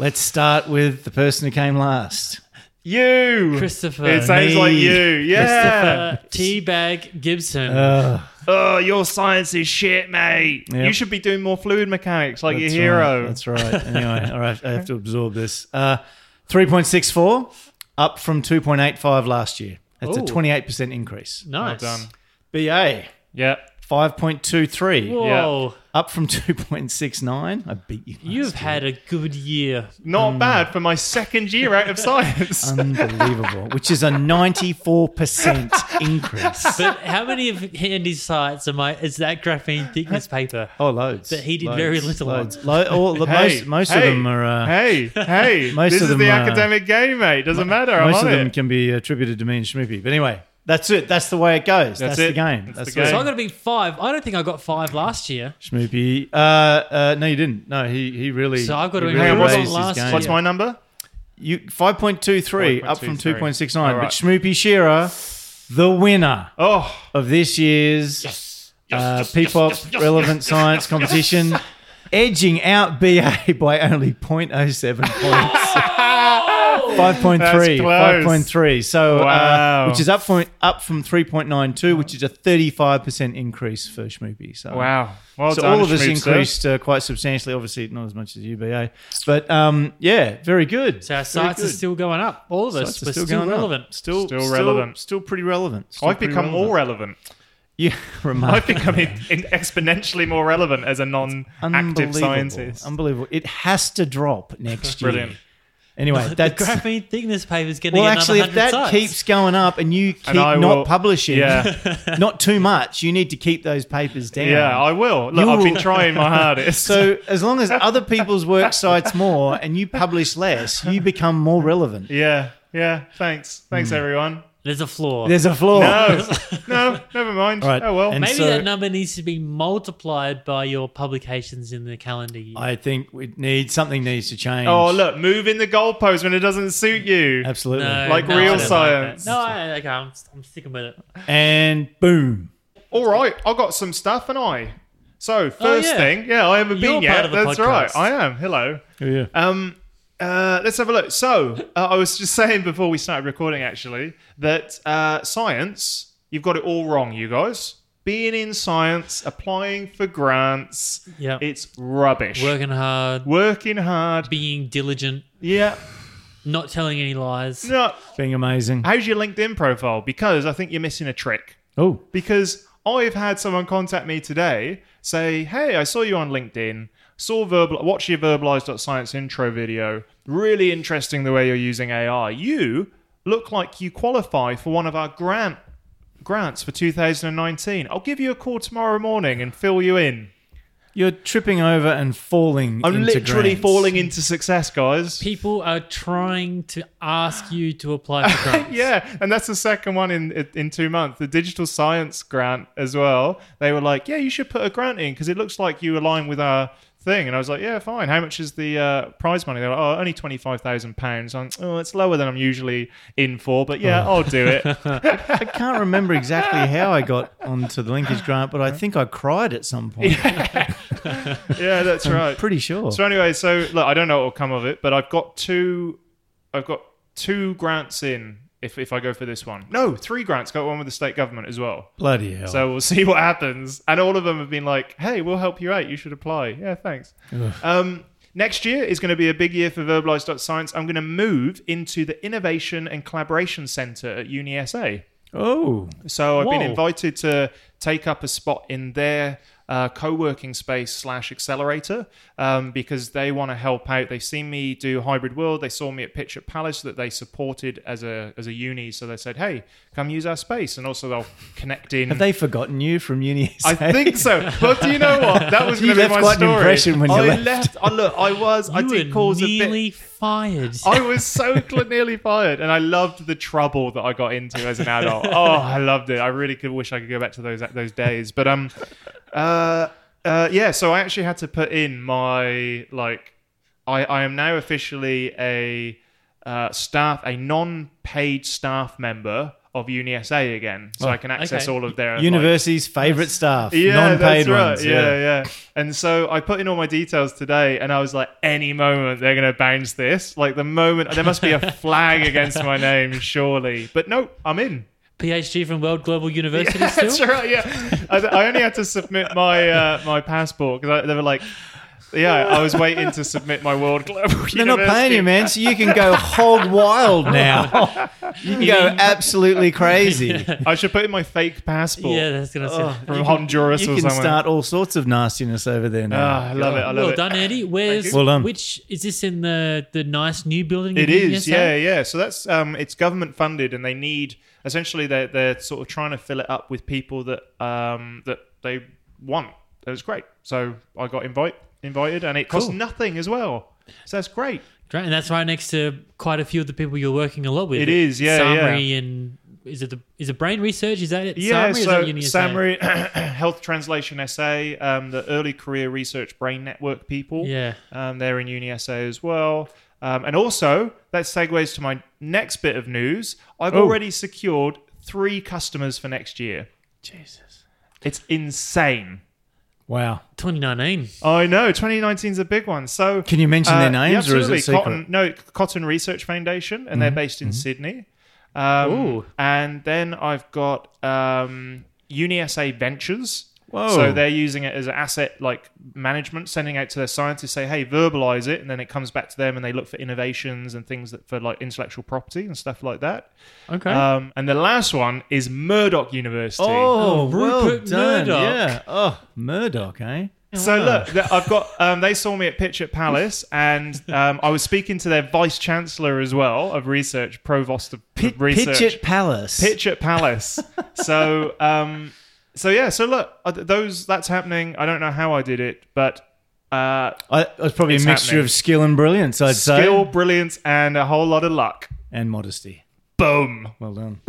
let's start with the person who came last. You, Christopher. It sounds like Me. you. Yeah. Uh, Teabag Gibson. Uh, Oh, your science is shit, mate. Yep. You should be doing more fluid mechanics like your that's hero. Right, that's right. Anyway, all right, I have to absorb this. Uh, 3.64, up from 2.85 last year. That's a Ooh. 28% increase. nice. Well done. BA Yeah. 5.23, Whoa, up from 2.69. I beat you. you've had a good year. Not Mm. bad for my second year out of science. Unbelievable, which is a 94% increase. But how many of Andy's sites am I? Is that graphene thickness paper? Oh, loads. But he did loads, very little Loads. Lo- all, the, Hey, most most hey, of them are. Uh, hey, hey! Most this is of them the are- academic game, mate. Doesn't matter. I'm most on of them it. can be attributed to me and Schmoopy. But anyway, that's it. That's the way it goes. That's That's, it. the game. That's That's, the the So game. I got to be five. I don't think I got five last year. Schmoopy. Uh, uh, no, you didn't. No, he he really. So I've got he to really Hang on, what's- raised his what's- game. What's my number? You 5.23 up from 5.23. 2.69. All right. But Schmoopy Shearer, the winner Oh, of this year's uh, P-pop relevant science competition, edging out BA by only 0.07 points. 5.3, That's close. 5.3. So, Wow. uh, which is up from up from 3.92, which is a 35% increase for Schmoopy. So, wow! Well so done, all of us Schmoop, sir. increased uh, quite substantially. Obviously, not as much as UBA, but um, yeah, very good. So our Very sites are good. still going up. All of us. Sites are We're still, going up. relevant. Still, Still relevant. Still pretty relevant. Still I've pretty become relevant. more relevant. Yeah, I've remarkable. become in, in exponentially more relevant as a non-active Unbelievable. scientist. Unbelievable. It has to drop next year. Brilliant. Anyway, the that's graphene thickness paper is going to well. get Actually, if another 100 that sites. keeps going up and you keep I not will- publishing, Yeah, not too much, you need to keep those papers down. yeah, I will. Look, I've You'll- been trying my hardest. so as long as other people's work cites more and you publish less, you become more relevant. yeah, yeah. Thanks, thanks Hmm. everyone. there's a flaw. There's a flaw. No, no, never mind. All right, Oh well. and Maybe so- that number needs to be multiplied by your publications in the calendar year. I think we need something needs to change. oh look, move in the goalpost when it doesn't suit you. absolutely. No, Like no, I real don't that. science. no, I, okay, I'm, I'm sticking with it. And boom. All right, I got some stuff, and I. So first Oh, yeah. thing, yeah, I haven't You're been part yet. of the That's podcast. right, I am. Hello. Yeah. Um, uh, let's have a look. So uh, I was just saying before we started recording, actually, that uh, science, you've got it all wrong, you guys. Being in science, applying for grants, Yeah. it's rubbish. Working hard, Working hard, being diligent, yeah. not telling any lies. No, Being amazing. how's your LinkedIn profile? Because I think you're missing a trick. Oh. because I've had someone contact me today say, "Hey, I saw you on LinkedIn. Saw verbal. Watched your verbalized.science intro video. Really interesting the way you're using AI. You look like you qualify for one of our grant grants for 2019. I'll give you a call tomorrow morning and fill you in. You're tripping over and falling. I'm into literally grants. falling into success, guys." People are trying to ask you to apply for grants. Yeah, and that's the second one in in two months. The digital science grant as well. They were like, "Yeah, you should put a grant in because it looks like you align with our thing." And I was like, "Yeah, fine. How much is the uh, prize money?" They're like, "Oh, only twenty five thousand pounds." I'm, "Oh, it's lower than I'm usually in for, but yeah, I'll do it." I can't remember exactly how I got onto the linkage grant, but I think I cried at some point. yeah, that's right. Pretty sure. So anyway, so look, I don't know what will come of it, but I've got two, I've got two grants in. If, if I go for this one, no, three grants. Got one with the state government as well. Bloody hell. So we'll see what happens. And all of them have been like, hey, we'll help you out. You should apply. Yeah, thanks. Um, next year is going to be a big year for verbalized.science. I'm going to move into the Innovation and Collaboration Center at UniSA. oh. So I've been Whoa. invited to take up a spot in their uh, co-working space slash accelerator um, because they want to help out. They've seen me do Hybrid World. They saw me at Pitch at Palace that they supported as a as a uni. So they said, hey, come use our space. And also they'll connect in. Have they forgotten you from uni? I think so. But do you know what? That was You going to be left my quite an story. impression when you I left. I look. I was. I You did were cause a bit. nearly fired. I was so cl- nearly fired, and I loved the trouble that I got into as an adult. Oh, I loved it. I really could wish I could go back to those those days. But um, uh, uh, yeah. So I actually had to put in my like, I I am now officially a uh, staff, a non-paid staff member of UniSA again, so I can access Oh, okay. all of their like, University's favourite staff. non paid that's right. ones. Yeah, yeah, And so I put in all my details today, and I was like, any moment they're going to bounce this. Like the moment there must be a flag against my name, surely. But nope, I'm in. PhD from World Global University still? That's right. Yeah, I, I only had to submit my uh, my passport because they were like. Yeah, I was waiting to submit my world global. They're not paying you, man, so you can go hog wild now. You can go absolutely crazy. Oh, I should put in my fake passport yeah, that's gonna say. from Honduras You or can somewhere. start all sorts of nastiness over there Ah, now. I love it. I love well it. done, Eddie. Where's you. Well done. Which is this in the the nice new building? It you did is, yeah, yesterday? yeah. So that's um, it's government funded, and they need essentially they're they're sort of trying to fill it up with people that um that they want. That was great. So I got invite invited, and it cost Cool. nothing as well. So that's great. Great, and that's right next to quite a few of the people you're working a lot with. It is, yeah, Samri and is it the is it brain research? Is that it? Yeah, Samri, is so that Uni SA? Samri Health Translation SA, um, the early career research brain network people. Yeah. Um, they're in Uni SA as well. Um, and also, that segues to my next bit of news. I've Oh. already secured three customers for next year. Jesus, It's insane. Wow. 2019. I know. 2019 is a big one. So Can you mention their names yeah, or is it Uh, absolutely. secret? Mm-hmm. Cotton, no, Cotton Research Foundation, and they're based in Sydney. Um, Ooh. And then I've got um, UniSA Ventures. Whoa. So they're using it as an asset like management, sending out to their scientists, say, hey, verbalize it, and then it comes back to them, and they look for innovations and things that for like intellectual property and stuff like that. Okay. Um, and the last one is Murdoch University. Oh, Rupert well done. Murdoch. Yeah. Oh, Murdoch, eh? So look, th- I've got. Um, they saw me at Pitch at Palace, and um, I was speaking to their vice chancellor as well of research, provost of Pit, of research. Pitchett Palace. Pitch at Palace. so, um, so yeah. So look, uh, th- those that's happening. I don't know how I did it, but uh, I, it was probably It's a mixture happening. of skill and brilliance, I'd skill, say. brilliance, and a whole lot of luck. And modesty. Boom. Well done.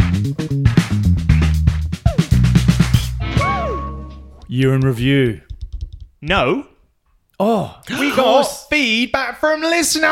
Year in review. No, Oh, we got feedback from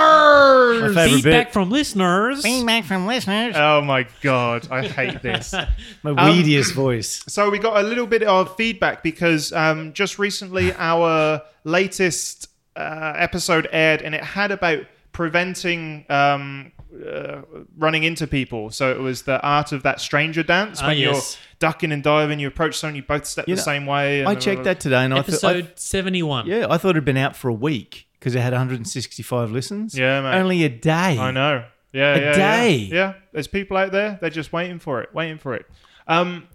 listeners. favourite Feedback bit. from listeners. Feedback from listeners. Um, Oh my god, I hate this. Uh, My weediest voice. So we got a little bit of feedback because um, just recently our latest uh, episode aired, and it had about preventing um, uh, running into people. So it was the art of that stranger dance Ah, when yes. you're ducking and diving, you approach someone, you both step the know, same way. and- I checked that today and I thought. I- Episode 71. Yeah, I thought it'd been out for a week because it had 165 listens. Yeah, mate. Only a day. I know. Yeah, yeah, day. Yeah. yeah, there's people out there. They're just waiting for it, waiting for it. Um,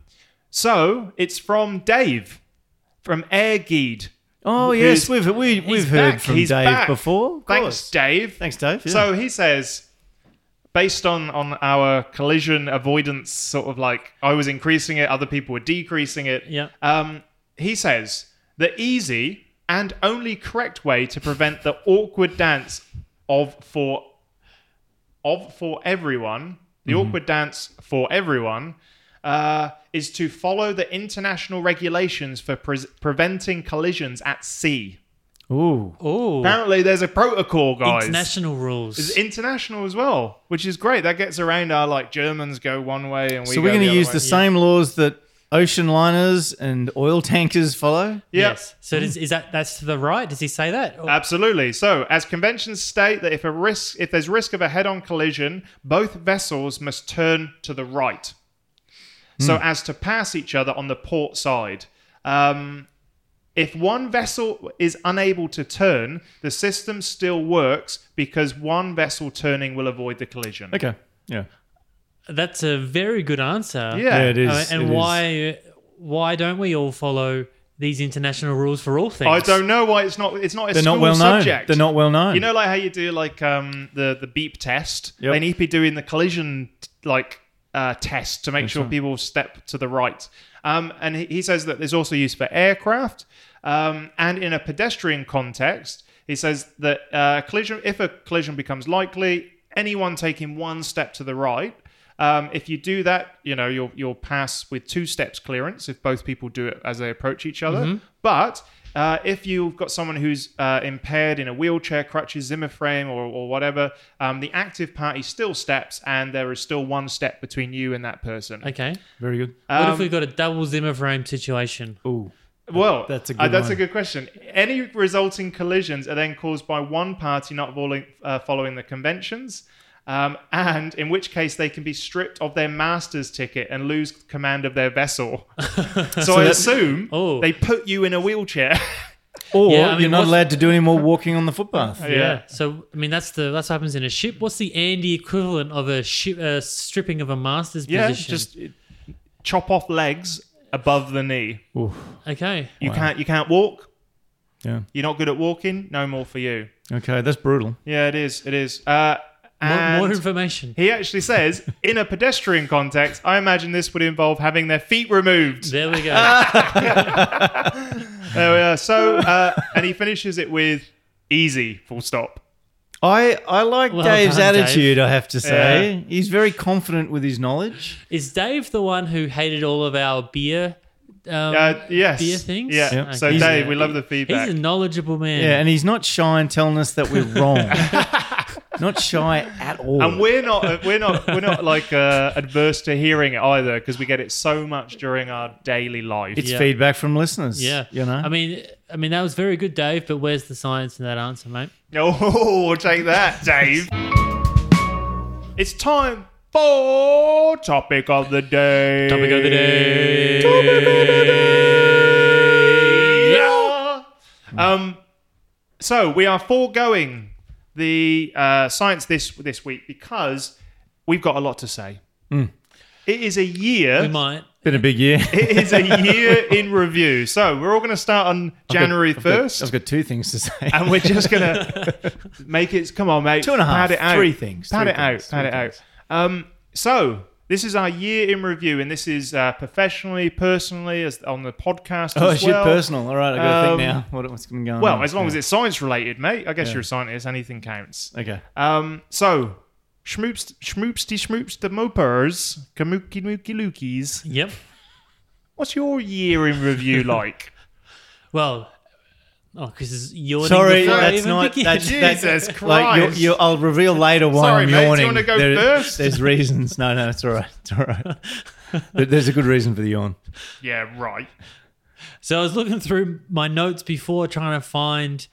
so it's from Dave from Airgeed. Oh He's- yes, we've we, we've heard back. from He's Dave back. before. Of Thanks, course. Dave. thanks, Dave. yeah. So he says, based on on our collision avoidance, sort of like I was increasing it, other people were decreasing it. Yeah. Um, he says the easy and only correct way to prevent the awkward dance of for of for everyone, the Mm-hmm. awkward dance for everyone. Uh, is to follow the international regulations for pre- preventing collisions at sea. ooh, Oh, Apparently, there's a protocol, guys. international rules. It's international as well, which is great. That gets around our like Germans go one way and we. so we're going to use the same laws that ocean liners and oil tankers follow. Yeah. Uh, Yes. So does, is that that's to the right? Does he say that? Or- Absolutely. So, as conventions state that if a risk, if there's risk of a head-on collision, both vessels must turn to the right, so Hmm. as to pass each other on the port side. Um, if one vessel is unable to turn, the system still works because one vessel turning will avoid the collision. Okay, yeah, that's a very good answer. Yeah. yeah, it is. Uh, and it is. why why don't we all follow these international rules for all things? I don't know why it's not. It's not. A They're school not well known. subject. They're not well known. You know, like how you do like um, the the beep test. Yep. They need to be doing the collision like uh, test to make sure people step to the right. Um, and he, he says that there's also use for aircraft, um, and in a pedestrian context, he says that uh, collision. If a collision becomes likely, anyone taking one step to the right. Um, if you do that, you know you'll you'll pass with two steps clearance if both people do it as they approach each other. But uh, if you've got someone who's uh, impaired in a wheelchair, crutches, Zimmer frame, or, or whatever, um, the active party still steps, and there is still one step between you and that person. Okay. very good. what Um, if we got a double Zimmer frame situation? Ooh, Well, That's a uh, good that's one. a good question. Any resulting collisions are then caused by one party not following, uh, following the conventions, um, and in which case they can be stripped of their master's ticket and lose command of their vessel. so, I assume Oh. they put you in a wheelchair. Or Yeah, I mean, you're not what's- allowed to do any more walking on the footpath. Yeah. Yeah. So I mean, that's the that's what happens in a ship. What's the Andy equivalent of a ship uh, stripping of a master's Yeah, position? just chop off legs above the knee. Oof. okay. You can't you can't walk. Yeah. You're not good at walking. No more for you. Okay, that's brutal. Yeah, it is. It is. Uh, More, and more information. he actually says, in a pedestrian context, I imagine this would involve having their feet removed. There we go. Ah. There we are. So, uh, and he finishes it with easy. Full stop. I, I like Well Dave's done, Dave. attitude, I have to say. He's very confident with his knowledge. Is Dave the one who hated all of our beer? Um, Uh, yes. Beer things. Yeah. Yep. So, Okay. Dave, we love the feedback. He's a knowledgeable man. Yeah, and he's not shy in telling us that we're wrong. not shy at all. and we're not uh, we're not we're not like uh, adverse to hearing it either because we get it so much during our daily life. it's Yeah. feedback from listeners. Yeah. You know? I mean, I mean that was very good, Dave. But where's the science in that answer, mate? Oh, take that, Dave. it's time for topic of the day. Topic of the day. Yeah. Um, so we are foregoing the uh, science this this week because we've got a lot to say. Hmm. It is a year. We might. Been a big year. It is a year in review. So we're all going to start on January I've got- 1st. I've got two things to say. and we're just going to make it. Come on, mate. Two and a half, Pad it out. three things, Pad three it out. things, Pad three it out. things. Um, so this is our year in review, and this is uh, professionally, personally, as on the podcast oh, as shit, well. personal. All right, I got to Um, think now. What, what's going on? Well, as long as it's science related, mate. I guess you're a scientist. Anything counts. Okay. Um, so. Schmoops, schmoopsty, schmoops, the mopers, kamookie, mookie, lookies. Yep. What's your year in review like? Well. Oh, because it's yawning. Sorry, before I that's even not. begin. That's, that's, Jesus Like, you'll- Christ. you'll- I'll reveal later why Sorry, I'm mate, do you yawning. wanna go There- first? There's reasons. No, no, it's all right. It's all right. There- There's a good reason for the yawn. Yeah, right. So I was looking through my notes before trying to find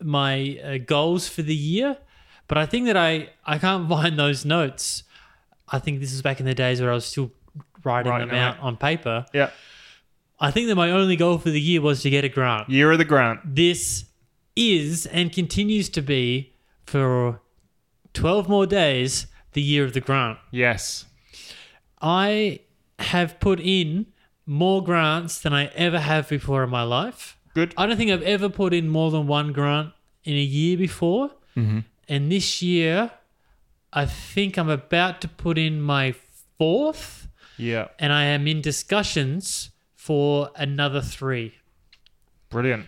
my uh, goals for the year, but I think that I I can't find those notes. I think this is back in the days where I was still writing Right, them no, out right. on paper. Yeah. I think that my only goal for the year was to get a grant. Year of the Grant. This is and continues to be for 12 more days the year of the grant. Yes. I have put in more grants than I ever have before in my life. Good. I don't think I've ever put in more than one grant in a year before. And this year, I think I'm about to put in my fourth, Yeah. and I am in discussions for another three. Brilliant.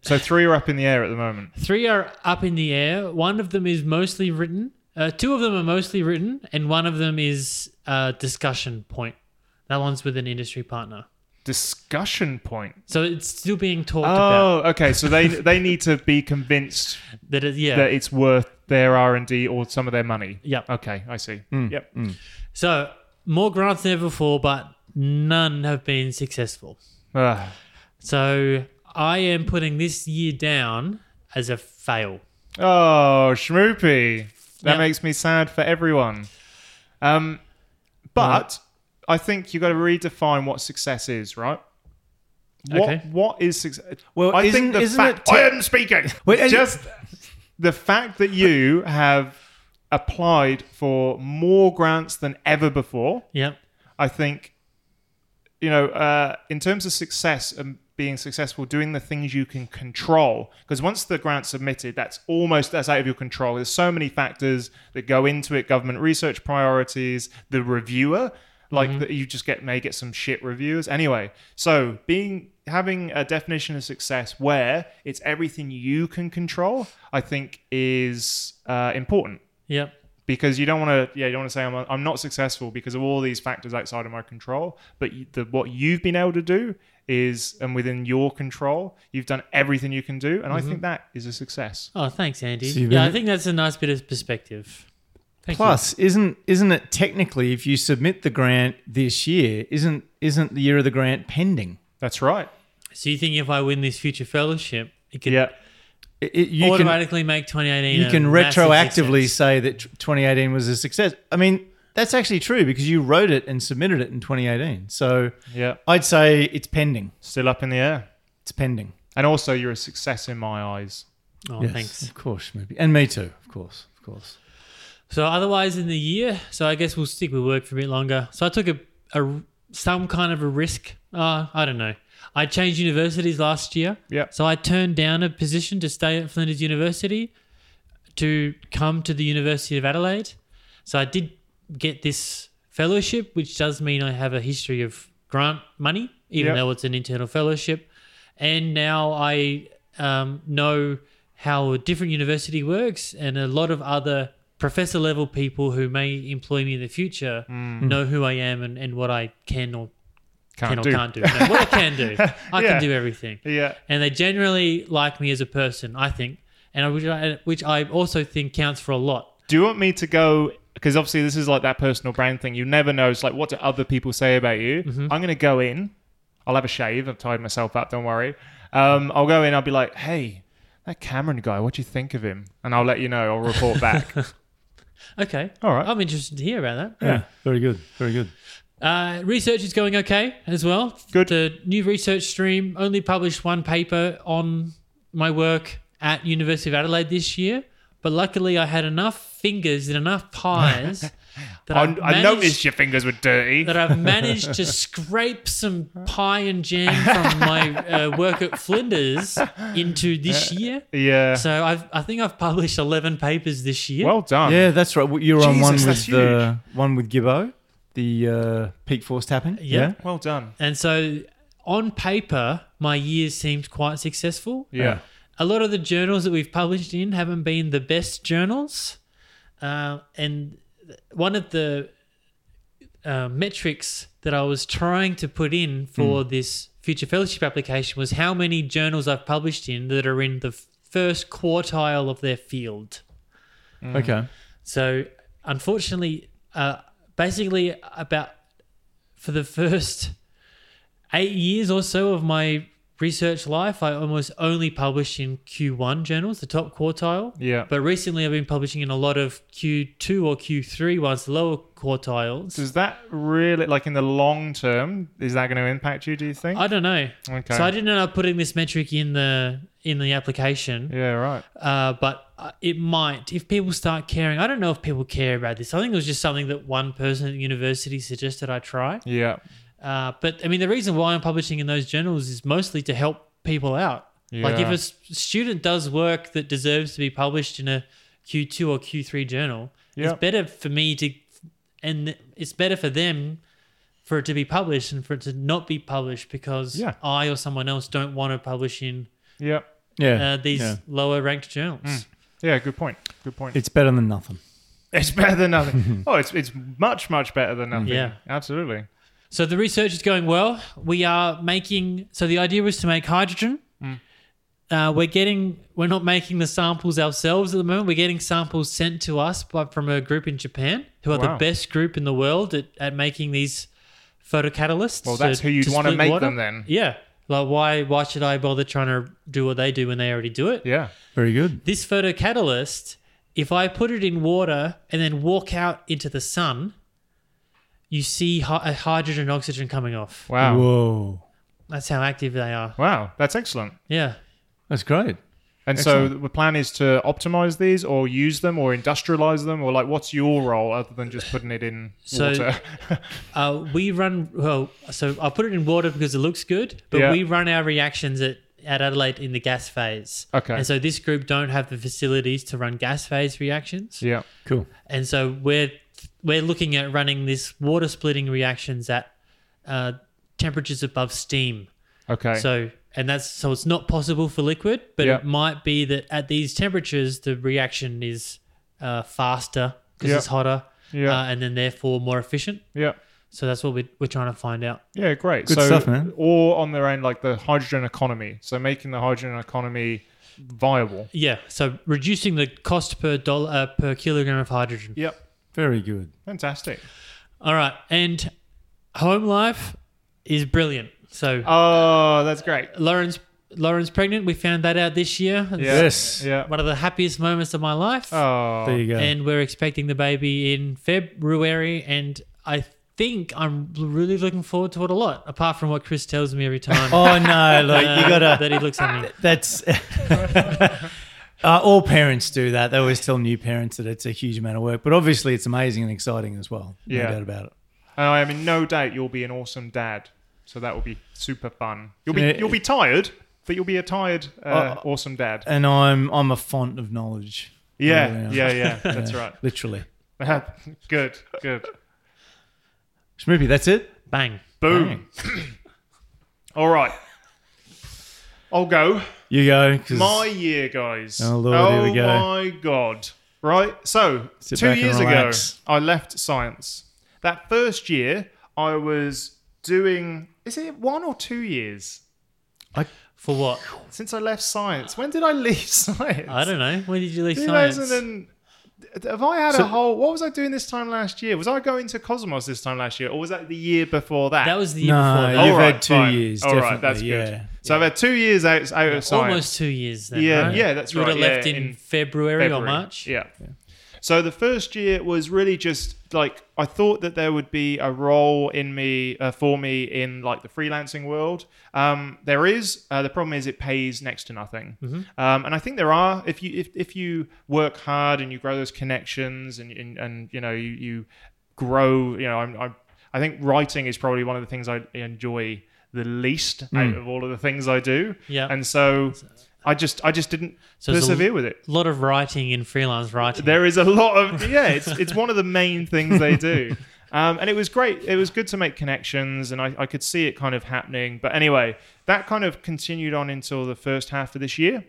So three are up in the air at the moment. Three are up in the air. One of them is mostly written. Uh, two of them are mostly written, and one of them is uh, discussion point. That one's with an industry partner. Discussion point. So it's still being talked about. Oh, okay. So they they need to be convinced That it, yeah. that it's worth their R and D or some of their money. Yep. Okay, I see. Yep. so more grants than ever before, but none have been successful. Ah, So I am putting this year down as a fail. oh, Schmoopy. That Yep. makes me sad for everyone. Um, but I think you've got to redefine what success is, right? What, Okay. What is success? Well, I isn't- think the isn't fact it- I am speaking. Wait, and- just the fact that you have applied for more grants than ever before. Yep. I think, you know, uh, in terms of success and being successful, doing the things you can control. Because once the grant's submitted, that's almost that's out of your control. There's so many factors that go into it: government research priorities, the reviewer. Like that, you just get may get some shit reviewers anyway. So being having a definition of success where it's everything you can control, I think, is uh, important Yep. because you don't want to yeah you don't want to say I'm, I'm not successful because of all these factors outside of my control but you, the, what you've been able to do is and within your control you've done everything you can do and i think that is a success Oh, thanks, Andy. So you've yeah, been- I think that's a nice bit of perspective. Thank you. Plus, isn't isn't it technically if you submit the grant this year, isn't isn't the year of the grant pending? that's right So you think if I win this future fellowship, it could yeah It- it- you can automatically make 2018. you a can massive retroactively success? say that 2018 was a success. I mean, that's actually true because you wrote it and submitted it in 2018. So yeah I'd say it's pending. still up in the air It's pending. And also, you're a success in my eyes. Oh, thanks. Of course, maybe. And me too, of course, of course. So otherwise in the year, so I guess we'll stick with work for a bit longer. So I took a, a some kind of a risk. Uh, I don't know. I changed universities last year. Yep. So I turned down a position to stay at Flinders University to come to the University of Adelaide. So I did get this fellowship, which does mean I have a history of grant money, even Yep. though it's an internal fellowship. And now I um, know how a different university works, and a lot of other professor level people who may employ me in the future know who I am and, and what I can or Mm. Can't can do. or can't do. No, what I can do, I Yeah. can do everything. Yeah. And they generally like me as a person, I think, and I- which I, which I also think counts for a lot. Do you want me to go? Because obviously, this is like that personal brand thing. You never know. It's like, what do other people say about you? Mm-hmm. I'm going to go in. I'll have a shave. I've tied myself up. Don't worry. Um, I'll go in. I'll be like, hey, that Cameron guy, what do you think of him? And I'll let you know. I'll report back. Okay, All right. I'm interested to hear about that. Yeah, very good, very good. Uh, research is going okay as well. Good. The new research stream only published one paper on my work at University of Adelaide this year, but luckily I had enough fingers and enough pies that I, I, I managed- noticed your fingers were dirty. that I've managed to scrape some pie and jam from my uh, work at Flinders into this year. Yeah. So I've, I think I've published 11 papers this year. well done. Yeah, that's right. You're on Jesus, one that's with the one with Gibbo, the uh, peak force tapping. Yeah. Well done. and so on paper, my year seems quite successful. Yeah. A lot of the journals that we've published in haven't been the best journals. Uh, and one of the uh, metrics that I was trying to put in for this future fellowship application was how many journals I've published in that are in the first quartile of their field. Mm. Yeah. Okay. So, unfortunately, uh, basically, about for the first eight years or so of my research life, I almost only published in Q1 journals, the top quartile. Yeah. But recently, I've been publishing in a lot of Q2 or Q3 ones, lower quartiles. Does that really, like in the long term, is that going to impact you, do you think? I don't know. Okay. So I didn't end up putting this metric in the in the application. yeah, right. uh, but uh, it might if people start caring. I don't know if people care about this. I think it was just something that one person at university suggested I try. Yeah. Uh, but I mean, the reason why I'm publishing in those journals is mostly to help people out. Like if Yeah. a s- student does work that deserves to be published in a Q2 or Q3 journal, Yeah. it's better for me to, and it's better for them for it to be published and for it to not be published because Yeah. I or someone else don't want to publish in Yeah. Mm. Yeah. uh, these yeah. lower ranked journals. Yeah, good point. Good point. It's better than nothing. It's better than nothing. oh, it's it's much much better than nothing. Yeah. absolutely. So the research is going well. We are making. So the idea was to make hydrogen. Mm. Uh, we're getting. We're not making the samples ourselves at the moment. We're getting samples sent to us by, from a group in Japan who are Wow. the best group in the world at, at making these photocatalysts. Well, that's to- who you'd to wanna split make water. them then. Yeah. Like why? Why should I bother trying to do what they do when they already do it? Yeah, Very good. This photocatalyst, if I put it in water and then walk out into the sun, you see hy- hydrogen and oxygen coming off. wow, Whoa, That's how active they are. wow, that's excellent. Yeah. that's great. And so the plan is to optimize these, or use them, or industrialize them, or like, what's your role other than just putting it in So- water? Uh, we run, well, so I put it in water because it looks good, but Yeah. we run our reactions at, at Adelaide in the gas phase. Okay. And so this group don't have the facilities to run gas phase reactions. yeah, Cool. And so we're, we're looking at running this water splitting reactions at uh, temperatures above steam. okay, So, and that's, so it's not possible for liquid, but Yeah. it might be that at these temperatures, the reaction is uh, faster because Yeah. it's hotter. Yeah. Uh, and then therefore more efficient. yeah. So that's what we're, we're trying to find out. Yeah, great. Good so, stuff, man. Or on their own, like the hydrogen economy. So making the hydrogen economy viable. Yeah. So reducing the cost per dollar uh, per kilogram of hydrogen. Yep, Very good. fantastic. All right. And home life is brilliant. So Oh, that's great. Lauren's Lauren's pregnant. We found that out this year. It's Yeah. Yes. Yeah. One of the happiest moments of my life. Oh, There you go. And we're expecting the baby in February. And I think I'm really looking forward to it a lot, apart from what Chris tells me every time. Oh no, look, you uh, gotta. that he looks at me. That's uh, all parents do that. They always tell new parents that it's a huge amount of work, but obviously it's amazing and exciting as well. Yeah. no doubt about it. And I am in no doubt you'll be an awesome dad. So that will be super fun. You'll be Yeah. you'll be tired, but you'll be a tired, uh, awesome dad. And I'm I'm a font of knowledge. I yeah, really am. yeah, yeah. That's right. Literally, good, good. Shmoopy, that's it. Bang. Boom. Bang. All right. I'll go. You go. 'cause- My year, guys. Oh, Lord, here we go. my God. Right? So, Sit two back and years ago, relax. I left science. That first year, I was doing, is it one or two years For what? since I left science? When did I leave science? I don't know. When did you leave science? 2000 and have I had a whole? What was I doing this time last year? Was I going to Cosmos this time last year, or was that the year before that? That was the year no, before. you've That. All right, had two fine. years. All definitely. right, that's yeah. good. So I've had two years out, out of science. Almost two years then. Yeah, right? yeah, that's you would right, have yeah, left in, in February, or February. March. Yeah. So the first year was really just like I thought that there would be a role in me uh, for me in like the freelancing world. Um, there is. Uh, the problem is it pays next to nothing. Mm-hmm. Um, and I think there are if you if, if you work hard and you grow those connections and and, and you know you, you grow. You know I'm, I'm I think writing is probably one of the things I enjoy the least out of all of the things I do. Mm. Yeah. And so I just I just didn't So it's a l- persevere with it. A lot of writing and freelance writing. There is a lot of yeah. It's it's one of the main things they do, um, and it was great. It was good to make connections, and I, I could see it kind of happening. But anyway, that kind of continued on until the first half of this year.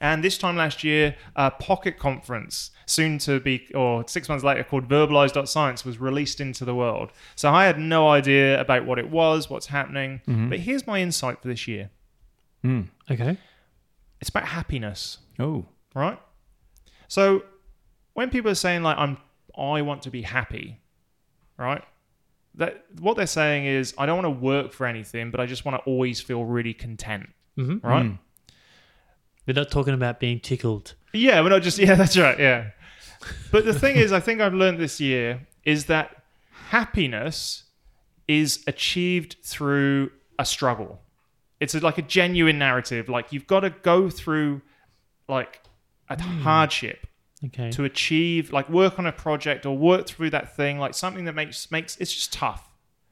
And this time last year, uh, Pocket Conference, soon to be, or six months later, called Verbalize.science, was released into the world. So I had no idea about what it was, what's happening. But here's my insight for this year okay. it's about happiness. Oh, right? So when people are saying like I'm I want to be happy, right? That what they're saying is I don't want to work for anything, but I just want to always feel really content. Mhm. Right? We're not talking about being tickled. Yeah, we're not just yeah, that's right, yeah. But the thing is, I think I've learned this year is that happiness is achieved through a struggle. It's a, like a genuine narrative. Like you've got to go through like a hardship Okay. to achieve like work on a project or work through that thing like something that makes makes it's just tough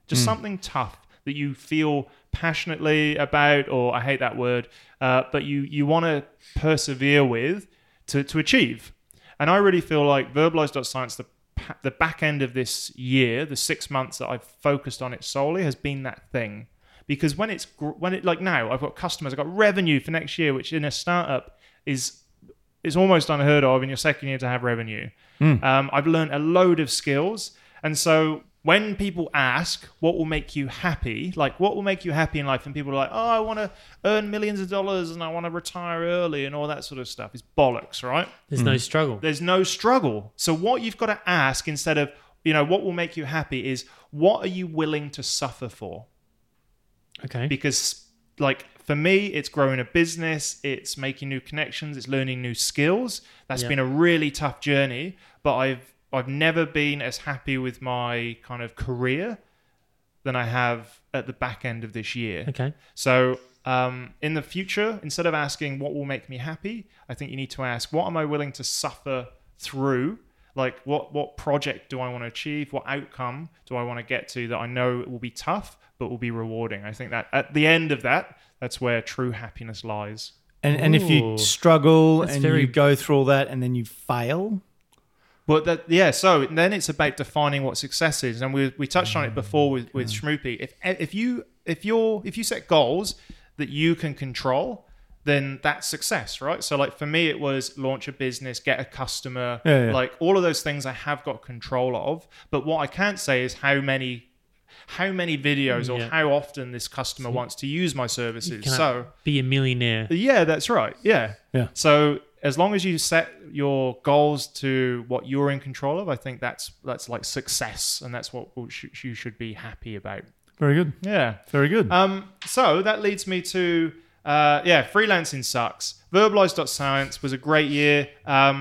just something tough that you feel passionately about or i hate that word uh, but you you want to persevere with to to achieve and i really feel like verbalize.science the pa- the back end of this year the six months that i've focused on it solely has been that thing because when it's gr- when it like now i've got customers i've got revenue for next year which in a startup is it's almost unheard of in your second year to have revenue. Um, I've learned a load of skills. And so when people ask, what will make you happy? Like, what will make you happy in life? And people are like, oh, I want to earn millions of dollars and I want to retire early and all that sort of stuff. It's bollocks, right? There's Mm. no struggle. There's no struggle. So what you've got to ask instead of, you know, what will make you happy is what are you willing to suffer for? Okay. because like for me it's growing a business it's making new connections it's learning new skills That's Yeah. been a really tough journey but i've i've never been as happy with my kind of career than i have at the back end of this year okay. so um, in the future instead of asking what will make me happy i think you need to ask what am i willing to suffer through like what what project do i want to achieve what outcome do i want to get to that i know it will be tough but will be rewarding i think that at the end of that that's where true happiness lies and and if Ooh. you struggle That's and very- you go through all that and then you fail, But that, yeah, so then it's about defining what success is, and we, we touched on Mm, it before with with Shmoopy. If if you if you're if you set goals that you can control, then that's success, right? So like for me, it was launch a business, get a customer, Yeah, yeah. like all of those things I have got control of. But what I can't say is how many how many videos or Yeah. how often this customer wants to use my services. Can I So be a millionaire. yeah, that's right. Yeah. Yeah. So as long as you set your goals to what you're in control of, I think that's that's like success, and that's what we sh- you should be happy about. very good, Yeah. very good. Um. So that leads me to uh. Yeah. Freelancing sucks. Verbalize.science was a great year. Um.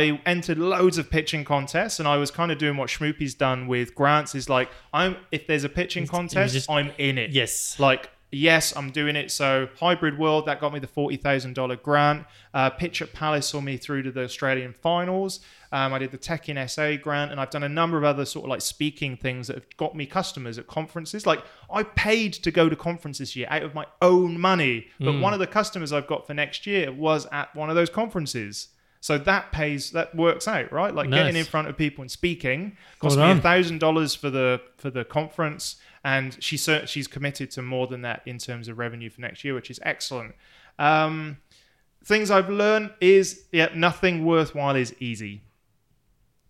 I entered loads of pitching contests, and I was kind of doing what Schmoopy's done with grants. Is like, I'm if there's a pitching contest, just- I'm in it. Yes. Like, yes, I'm doing it. So, Hybrid World, that got me the $40,000 grant. Uh, Pitch at Palace saw me through to the Australian finals. Um, I did the Tech in SA grant, and I've done a number of other sort of like speaking things that have got me customers at conferences. Like, I paid to go to conference this year out of my own money, but Mm. one of the customers I've got for next year was at one of those conferences. So that pays, that works out, right? Like Nice. getting in front of people and speaking cost Well me done. a thousand dollars for the for the conference, and she cer- she's committed to more than that in terms of revenue for next year, which is excellent. Um, things I've learned is yeah, nothing worthwhile is easy.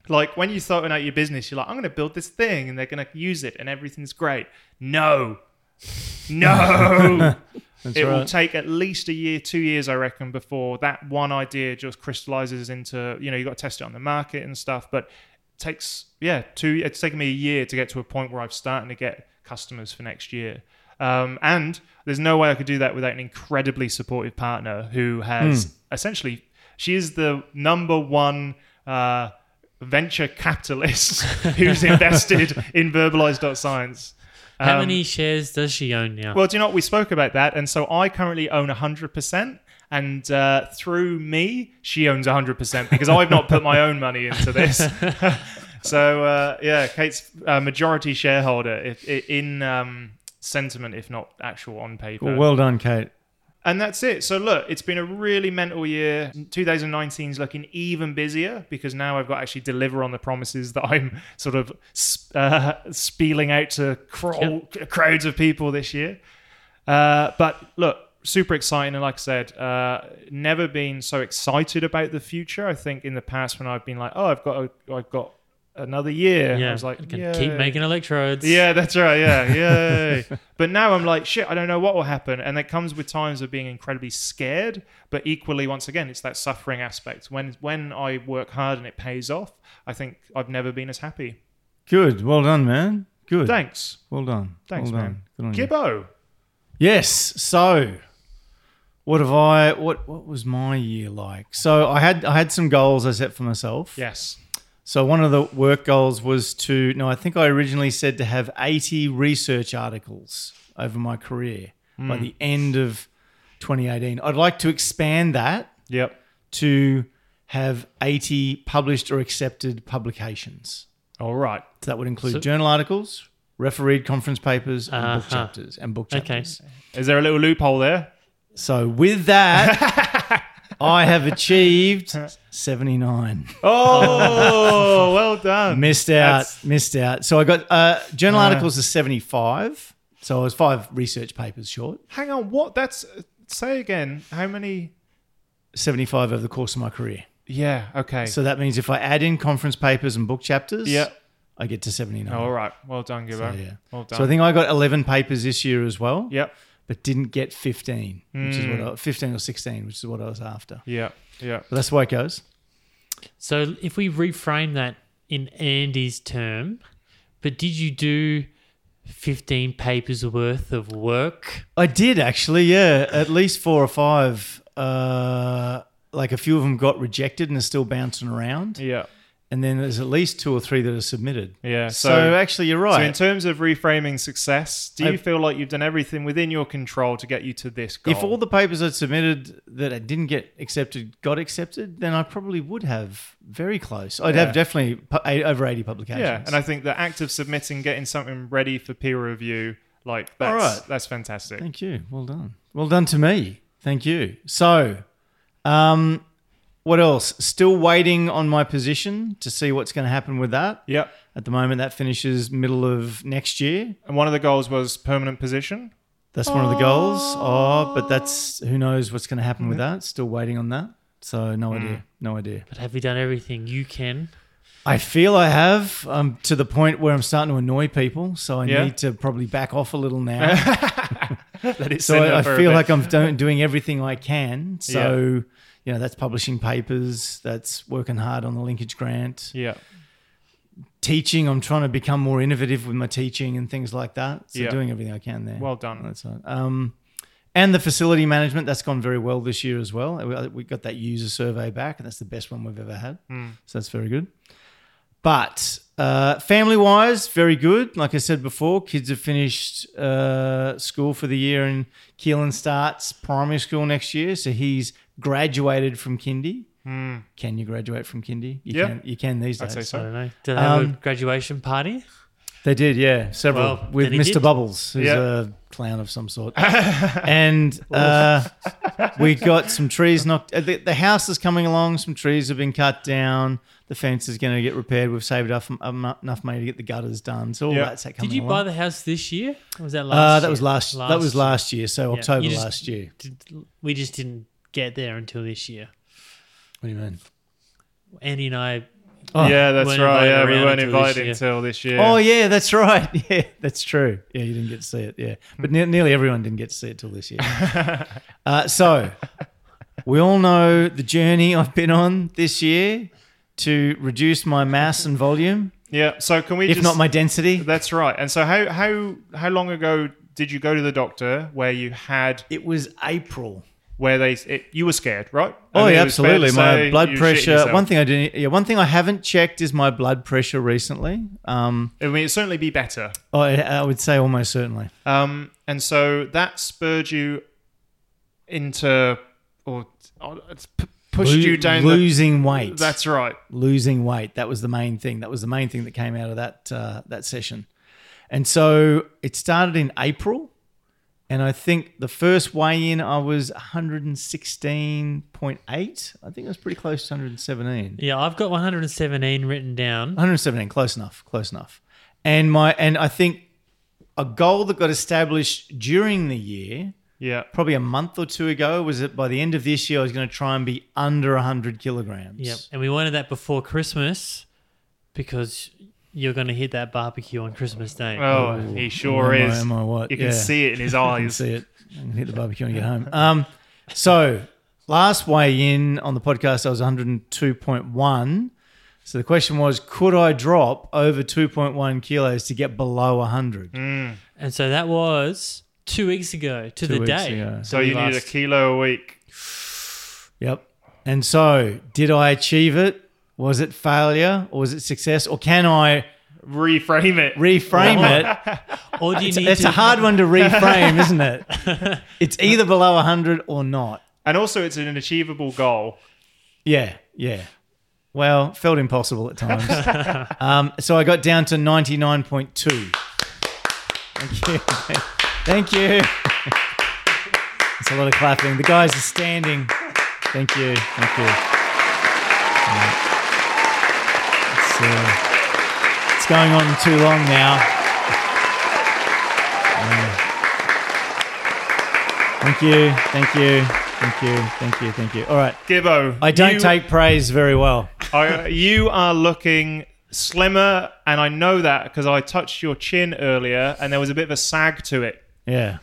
Like when you're starting out your business, you're like, I'm going to build this thing, and they're going to use it, and everything's great. No, no. it will right. take at least a year, two years, I reckon, before that one idea just crystallizes into, you know, you got to test it on the market and stuff. But it takes, yeah, two, it's taken me a year to get to a point where I'm starting to get customers for next year. Um, and there's no way I could do that without an incredibly supportive partner who has essentially, she is the number one. Uh, venture capitalist who's invested in verbalize.science How Um, many shares does she own now? well, do you know what? We spoke about that. And so I currently own 100%. And uh, through me, she owns 100% because I've not put my own money into this. so, uh, yeah, Kate's uh, majority shareholder if, i- in um, sentiment, if not actual on paper. Well, well done, Kate. And that's it. So look, it's been a really mental year. 2019 is looking even busier because now I've got to actually deliver on the promises that I'm sort of sp- uh, spieling out to crawl, crowds of people this year. Uh, but look, super exciting. And like I said, uh, never been so excited about the future. I think in the past when I've been like, oh, I've got, a, I've got another year. I was like, I can keep "Yay." making electrodes. Yeah, that's right. Yeah, yay. but now I'm like, shit, I don't know what will happen. And that comes with times of being incredibly scared. But equally, once again, it's that suffering aspect. When when I work hard and it pays off, I think I've never been as happy. Good. Well done, man. Good. Thanks. Well done. Thanks, well man. done. Good on you. Gibbo. Yes. So, what have I? What What was my year like? So I had I had some goals I set for myself. Yes. So one of the work goals was to no, I think I originally said to have eighty research articles over my career by Hmm. the end of 2018. I'd like to expand that Yep. to have 80 published or accepted publications. All right. So that would include So- journal articles, refereed conference papers, and book Uh-huh. chapters. And book Okay. chapters. Is there a little loophole there? So with that, I have achieved 79. Oh, well done. missed out, That's- missed out. So I got uh, journal articles are 75. So I was five research papers short. Hang on. What? That's. Say again. How many? 75 over the course of my career. Yeah. Okay. So that means if I add in conference papers and book chapters, Yeah. I get to 79. All right. Well done, Gibbo. yeah. Well done. So I think I got 11 papers this year as well. Yep. Hmm. but didn't get 15, which is what I, 15 or 16, which is what I was after. Yeah. Yeah. But that's the way it goes. So if we reframe that in Andy's term, but did you do 15 papers worth of work? I did actually, yeah, at least four or five. Uh, like a few of them got rejected and are still bouncing around, Yeah. and then there's at least two or three that are submitted. Yeah, So, so- actually, you're So, in right. terms of reframing success, do you I- feel like you've done everything within your control to get you to this goal? if all the papers I'd submitted that I didn't get accepted got accepted, then I probably would have very close. I'd Yeah. have definitely pu- eight, over 80 publications. yeah, and I think the act of submitting, getting something ready for peer review, like that's right. that's fantastic. Thank you. Well done. Well done to me. Thank you. So, um, what else? Still waiting on my position to see what's going to happen with that. Yep. At the moment, that finishes middle of next year. And one of the goals was permanent position. That's one of the goals. Oh, but that's who knows what's going to happen with that. Still waiting on that. So Hmm. no idea. No idea. But have you done everything you can? I feel I have. I'm to the point where I'm starting to annoy people, so I Yeah. need to probably back off a little now. Let it so simmer I, I for a feel bit. like I'm do- doing everything I can. So you know, that's publishing papers, that's working hard on the linkage grant, yeah, teaching. I'm trying to become more innovative with my teaching and things like that. So Yeah. doing everything I can there. Well done. That's right. Um, And the facility management, that's gone very well this year as well. We- We got that user survey back, and that's the best one we've ever had. Hmm. So that's very good. But uh, family wise, very good. Like I said before, kids have finished uh, school for the year, and Keelan starts primary school next year. So he's graduated from kindy. Can you graduate from kindy? You Hmm. Yeah. can. You can these days. I'd say I so. don't know. Do they have a Um, graduation party? They did, yeah, several Well, with then he Mr. did. Bubbles, who's Yeah. a clown of some sort. and uh, we got some trees knocked. uh, The, the house is coming along. Some trees have been cut down. The fence is going to get repaired. We've saved enough, um, enough money to get the gutters done. So all Yeah. that's that coming Did you buy along. the house this year? Or was that last? Uh, that year? was last, That was last year. So Yeah. October You just- last year. Did- we just didn't get there until this year. What do you mean? Andy and I. Oh. yeah, that's Weren't right. invited Yeah, we around weren't until this invited year. until this year. Oh yeah, that's right. Yeah, that's true. Yeah, you didn't get to see it. Yeah, Hmm. but ne- nearly everyone didn't get to see it till this year. uh, so we all know the journey I've been on this year to reduce my mass and volume, yeah. So can we? if just, not my density. That's right. And so how how how long ago did you go to the doctor where you had It was April. where they it, you were scared, right? I Oh mean, yeah, it was fair to absolutely. say My blood you shit pressure. yourself. One thing I didn't. Yeah, one thing I haven't checked is my blood pressure recently. Um, I mean, it'd certainly be better. oh, I, I would say almost certainly. Um, and so that spurred you into or, or it's p- pushed Lo- you down. the- losing weight. that's right. losing weight. That was the main thing. That was the main thing that came out of that uh, that session. And so it started in April, and I think the first weigh in I was 116.8. I think I was pretty close to 117. Yeah, I've got 117 written down. 117, close enough, close enough. And my and I think a goal that got established during the year, Yeah. probably a month or two ago, was that by the end of this year I was going to try and be under 100 kilograms. Yep. And we wanted that before Christmas because you're going to hit that barbecue on Christmas Day. Oh, he sure Am I- is. am I what? You can Yeah. see it in his I can eyes. see it. I can hit the barbecue and get home. Um, so last weigh in on the podcast, I was 102.1. So the question was, could I drop over 2.1 kilos to get below 100? And so that was two weeks ago to the weeks day. ago. so you need a kilo a week. Yep. And so, did I achieve it? Was it failure or was it success? Or can I Reframe it. reframe it? Or do you need It's to, a hard one to reframe, isn't it? It's either below 100 or not. and also, it's an achievable goal. Yeah, yeah. Well, felt impossible at times. um, so I got down to 99.2. Thank you. Thank you. It's a lot of clapping. The guys are standing. Thank you. Thank you. Yeah. It's, uh, it's going on too long now. Yeah. Thank you. Thank you. Thank you. Thank you. Thank you. All right. Gibbo, I don't you- take praise very well. I, you are looking slimmer, and I know that because I touched your chin earlier, and there was a bit of a sag to it. Yeah.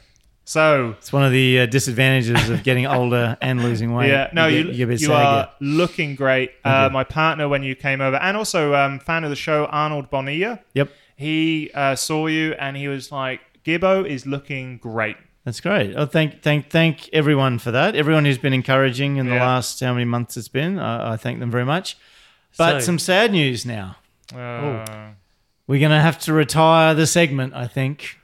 So It's one of the uh, disadvantages of getting older and losing weight. yeah, no, you, you get- you, get a bit are saggy. looking great. Uh, you. my partner when you came over, and also um, fan of the show Arnold Bonilla. Yep, He uh, saw you, and he was like, "Gibbo is looking great." that's great. Oh, thank, thank, thank everyone for that. Everyone who's been encouraging in the Yeah. last how many months it's been. I, I thank them very much. But So- some sad news now. Oh. Uh, We're going to have to retire the segment. I think.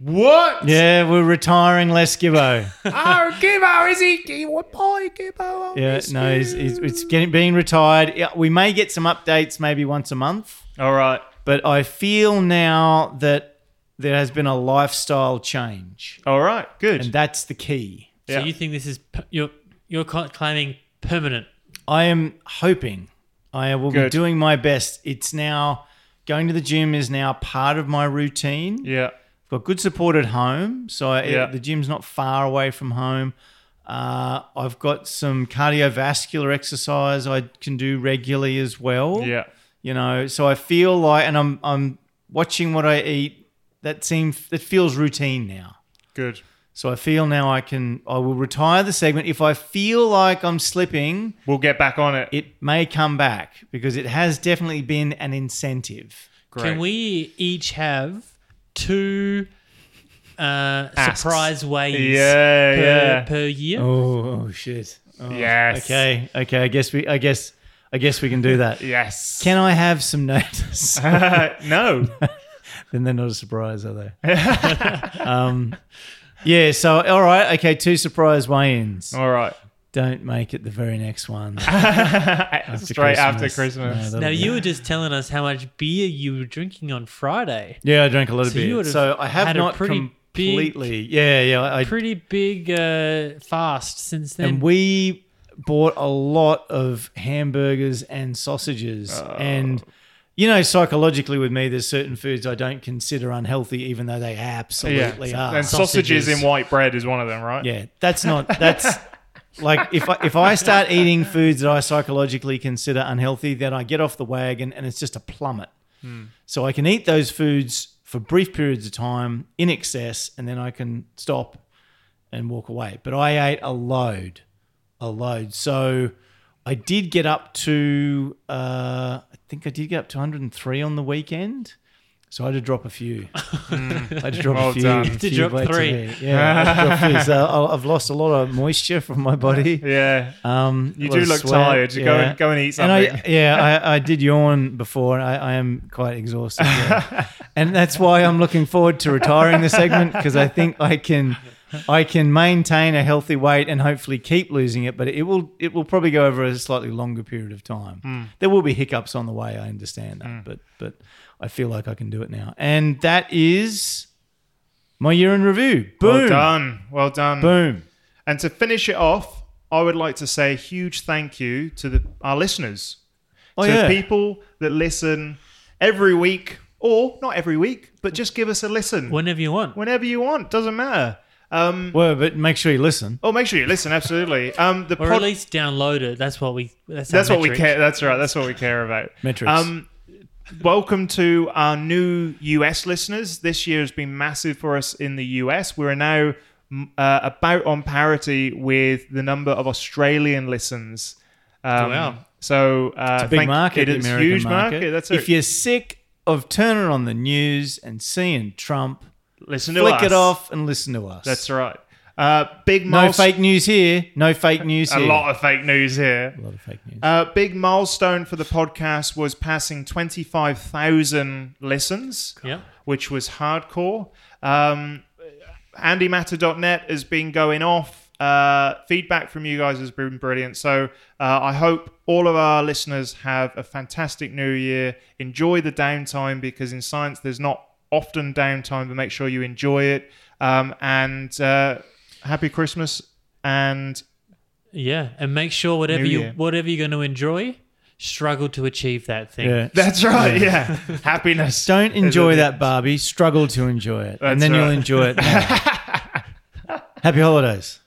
what? Yeah, we're retiring Les Gibbo. Oh, Gibbo is he? he what boy, Gibbo? I Yeah, miss no, he's, you. he's, it's getting being retired. Yeah, we may get some updates maybe once a month. All right. but I feel now that there has been a lifestyle change, All right. Good. and that's the key. So Yeah. you think this is per- you're you're cl- claiming permanent? I am hoping I will be Good. doing my best. It's now going to the gym is now part of my routine. yeah. I've got good support at home, so I, Yeah. the gym's not far away from home. Uh, I've got some cardiovascular exercise I can do regularly as well. Yeah. you know so i feel like and i'm i'm watching what i eat that seems that feels routine now Good. so i feel now i can i will retire the segment if i feel like i'm slipping We'll get back on it. it may come back because it has definitely been an incentive Great. Can we each have two uh, Asks. surprise ways Yeah, per, yeah. per year. Oh, oh shit. Oh, Yes. Okay. Okay. I guess we. I guess. I guess we can do that. Yes. Can I have some notice? no. then they're not a surprise, are they? um, yeah. So all right. Okay. Two surprise weigh-ins. All right. Don't make it the very next one. Straight after Christmas. No, that'll Now be- you were just telling us how much beer you were drinking on Friday. Yeah, I drank a lot of So you beer. would have So I have had a not pretty big- completely. yeah, yeah. I, Pretty big uh, fast since then. and we bought a lot of hamburgers and sausages Oh. and you know psychologically with me there's certain foods i don't consider unhealthy even though they absolutely Yeah. are uh, And sausages Sausages. in white bread is one of them, right? ah, yeah that's not that's like if I, if i start eating foods that i psychologically consider unhealthy then i get off the wagon and it's just a plummet so i can eat those foods for brief periods of time in excess and then i can stop and walk away but i ate a load a load so i did get up to uh, i think i did get up to 103 on the weekend so I had to drop a few. I had to drop Well a few. done. a Did you few drop weights of three? hair. Yeah, I've, got- so I'll- uh, I've lost a lot of moisture from my body. Yeah. Um, You a lot do of look sweat. tired. You go and- go and eat And I, something. yeah, I, I did yawn before. And I, I am quite exhausted, yeah. and that's why I'm looking forward to retiring the segment because I think I can, I can maintain a healthy weight and hopefully keep losing it. But it will it will probably go over a slightly longer period of time. Hmm. There will be hiccups on the way. I understand that, but but I feel like I can do it now. And that is my year in review. Boom. Well done. Well done. Mm. Boom. And to finish it off, I would like to say a huge thank you to the, our listeners, Oh, to yeah. people that listen every week, or not every week, but just give us a listen Whenever you want. whenever you want. Doesn't matter. Um, Well, but make sure you listen. oh, make sure you listen. Absolutely. Um, the Or pod- at least download it. That's what we. That's, our that's what we metric. care. That's right. That's what we care about. Metrics. Um, welcome to our new US listeners. This year has been massive for us in the US. We're now mm, uh, about on parity with the number of Australian listens. Um, Wow. So uh, It's a big thank- market, It the is American huge market. market. That's if it. you're sick of turning on the news and seeing Trump, listen to flick us. it off and listen to us. That's right. Uh, big no milestone. fake news here. No fake news a here. lot of fake news here. A lot of fake news. Uh, big milestone for the podcast was passing 25,000 listens, Yeah. which was hardcore. Um, AndyMatter.net has been going off. Uh, feedback from you guys has been brilliant. So uh, I hope all of our listeners have a fantastic new year. Enjoy the downtime because in science there's not often downtime, but make sure you enjoy it. Um, and uh, happy Christmas and Yeah, and make sure whatever New you year. whatever you're going to enjoy, struggle to achieve that thing. yeah. That's right. Yeah, happiness. Don't enjoy Isn't it? that, Barbie. Struggle to enjoy it, That's and then you'll right. enjoy it. now. Happy holidays.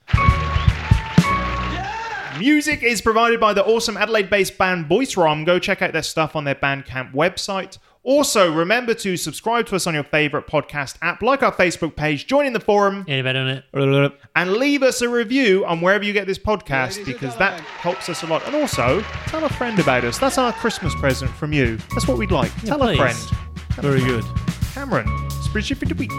Music is provided by the awesome Adelaide-based band Boyce Rom. Go check out their stuff on their Bandcamp website. Also, remember to subscribe to us on your favorite podcast app, like our Facebook page, join in the forum, Anybody on it? and leave us a review on wherever you get this podcast because that helps us a lot. And also, tell a friend about us. That's our Christmas present from you. That's what we'd like. tell please. a friend. Very good. Cameron, spreadsheet for the week.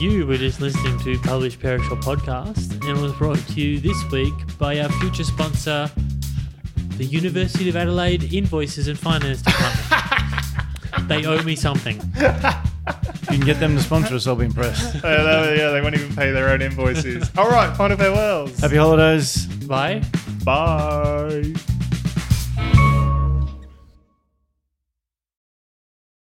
You were just listening to Publish Perishable podcast, and it was brought to you this week by our future sponsor, the University of Adelaide Invoices and Finance Department. they owe me something. If you can get them to sponsor us, I'll be impressed. Uh, yeah, they won't even pay their own invoices. All right, final farewells. Happy holidays. Bye. Bye.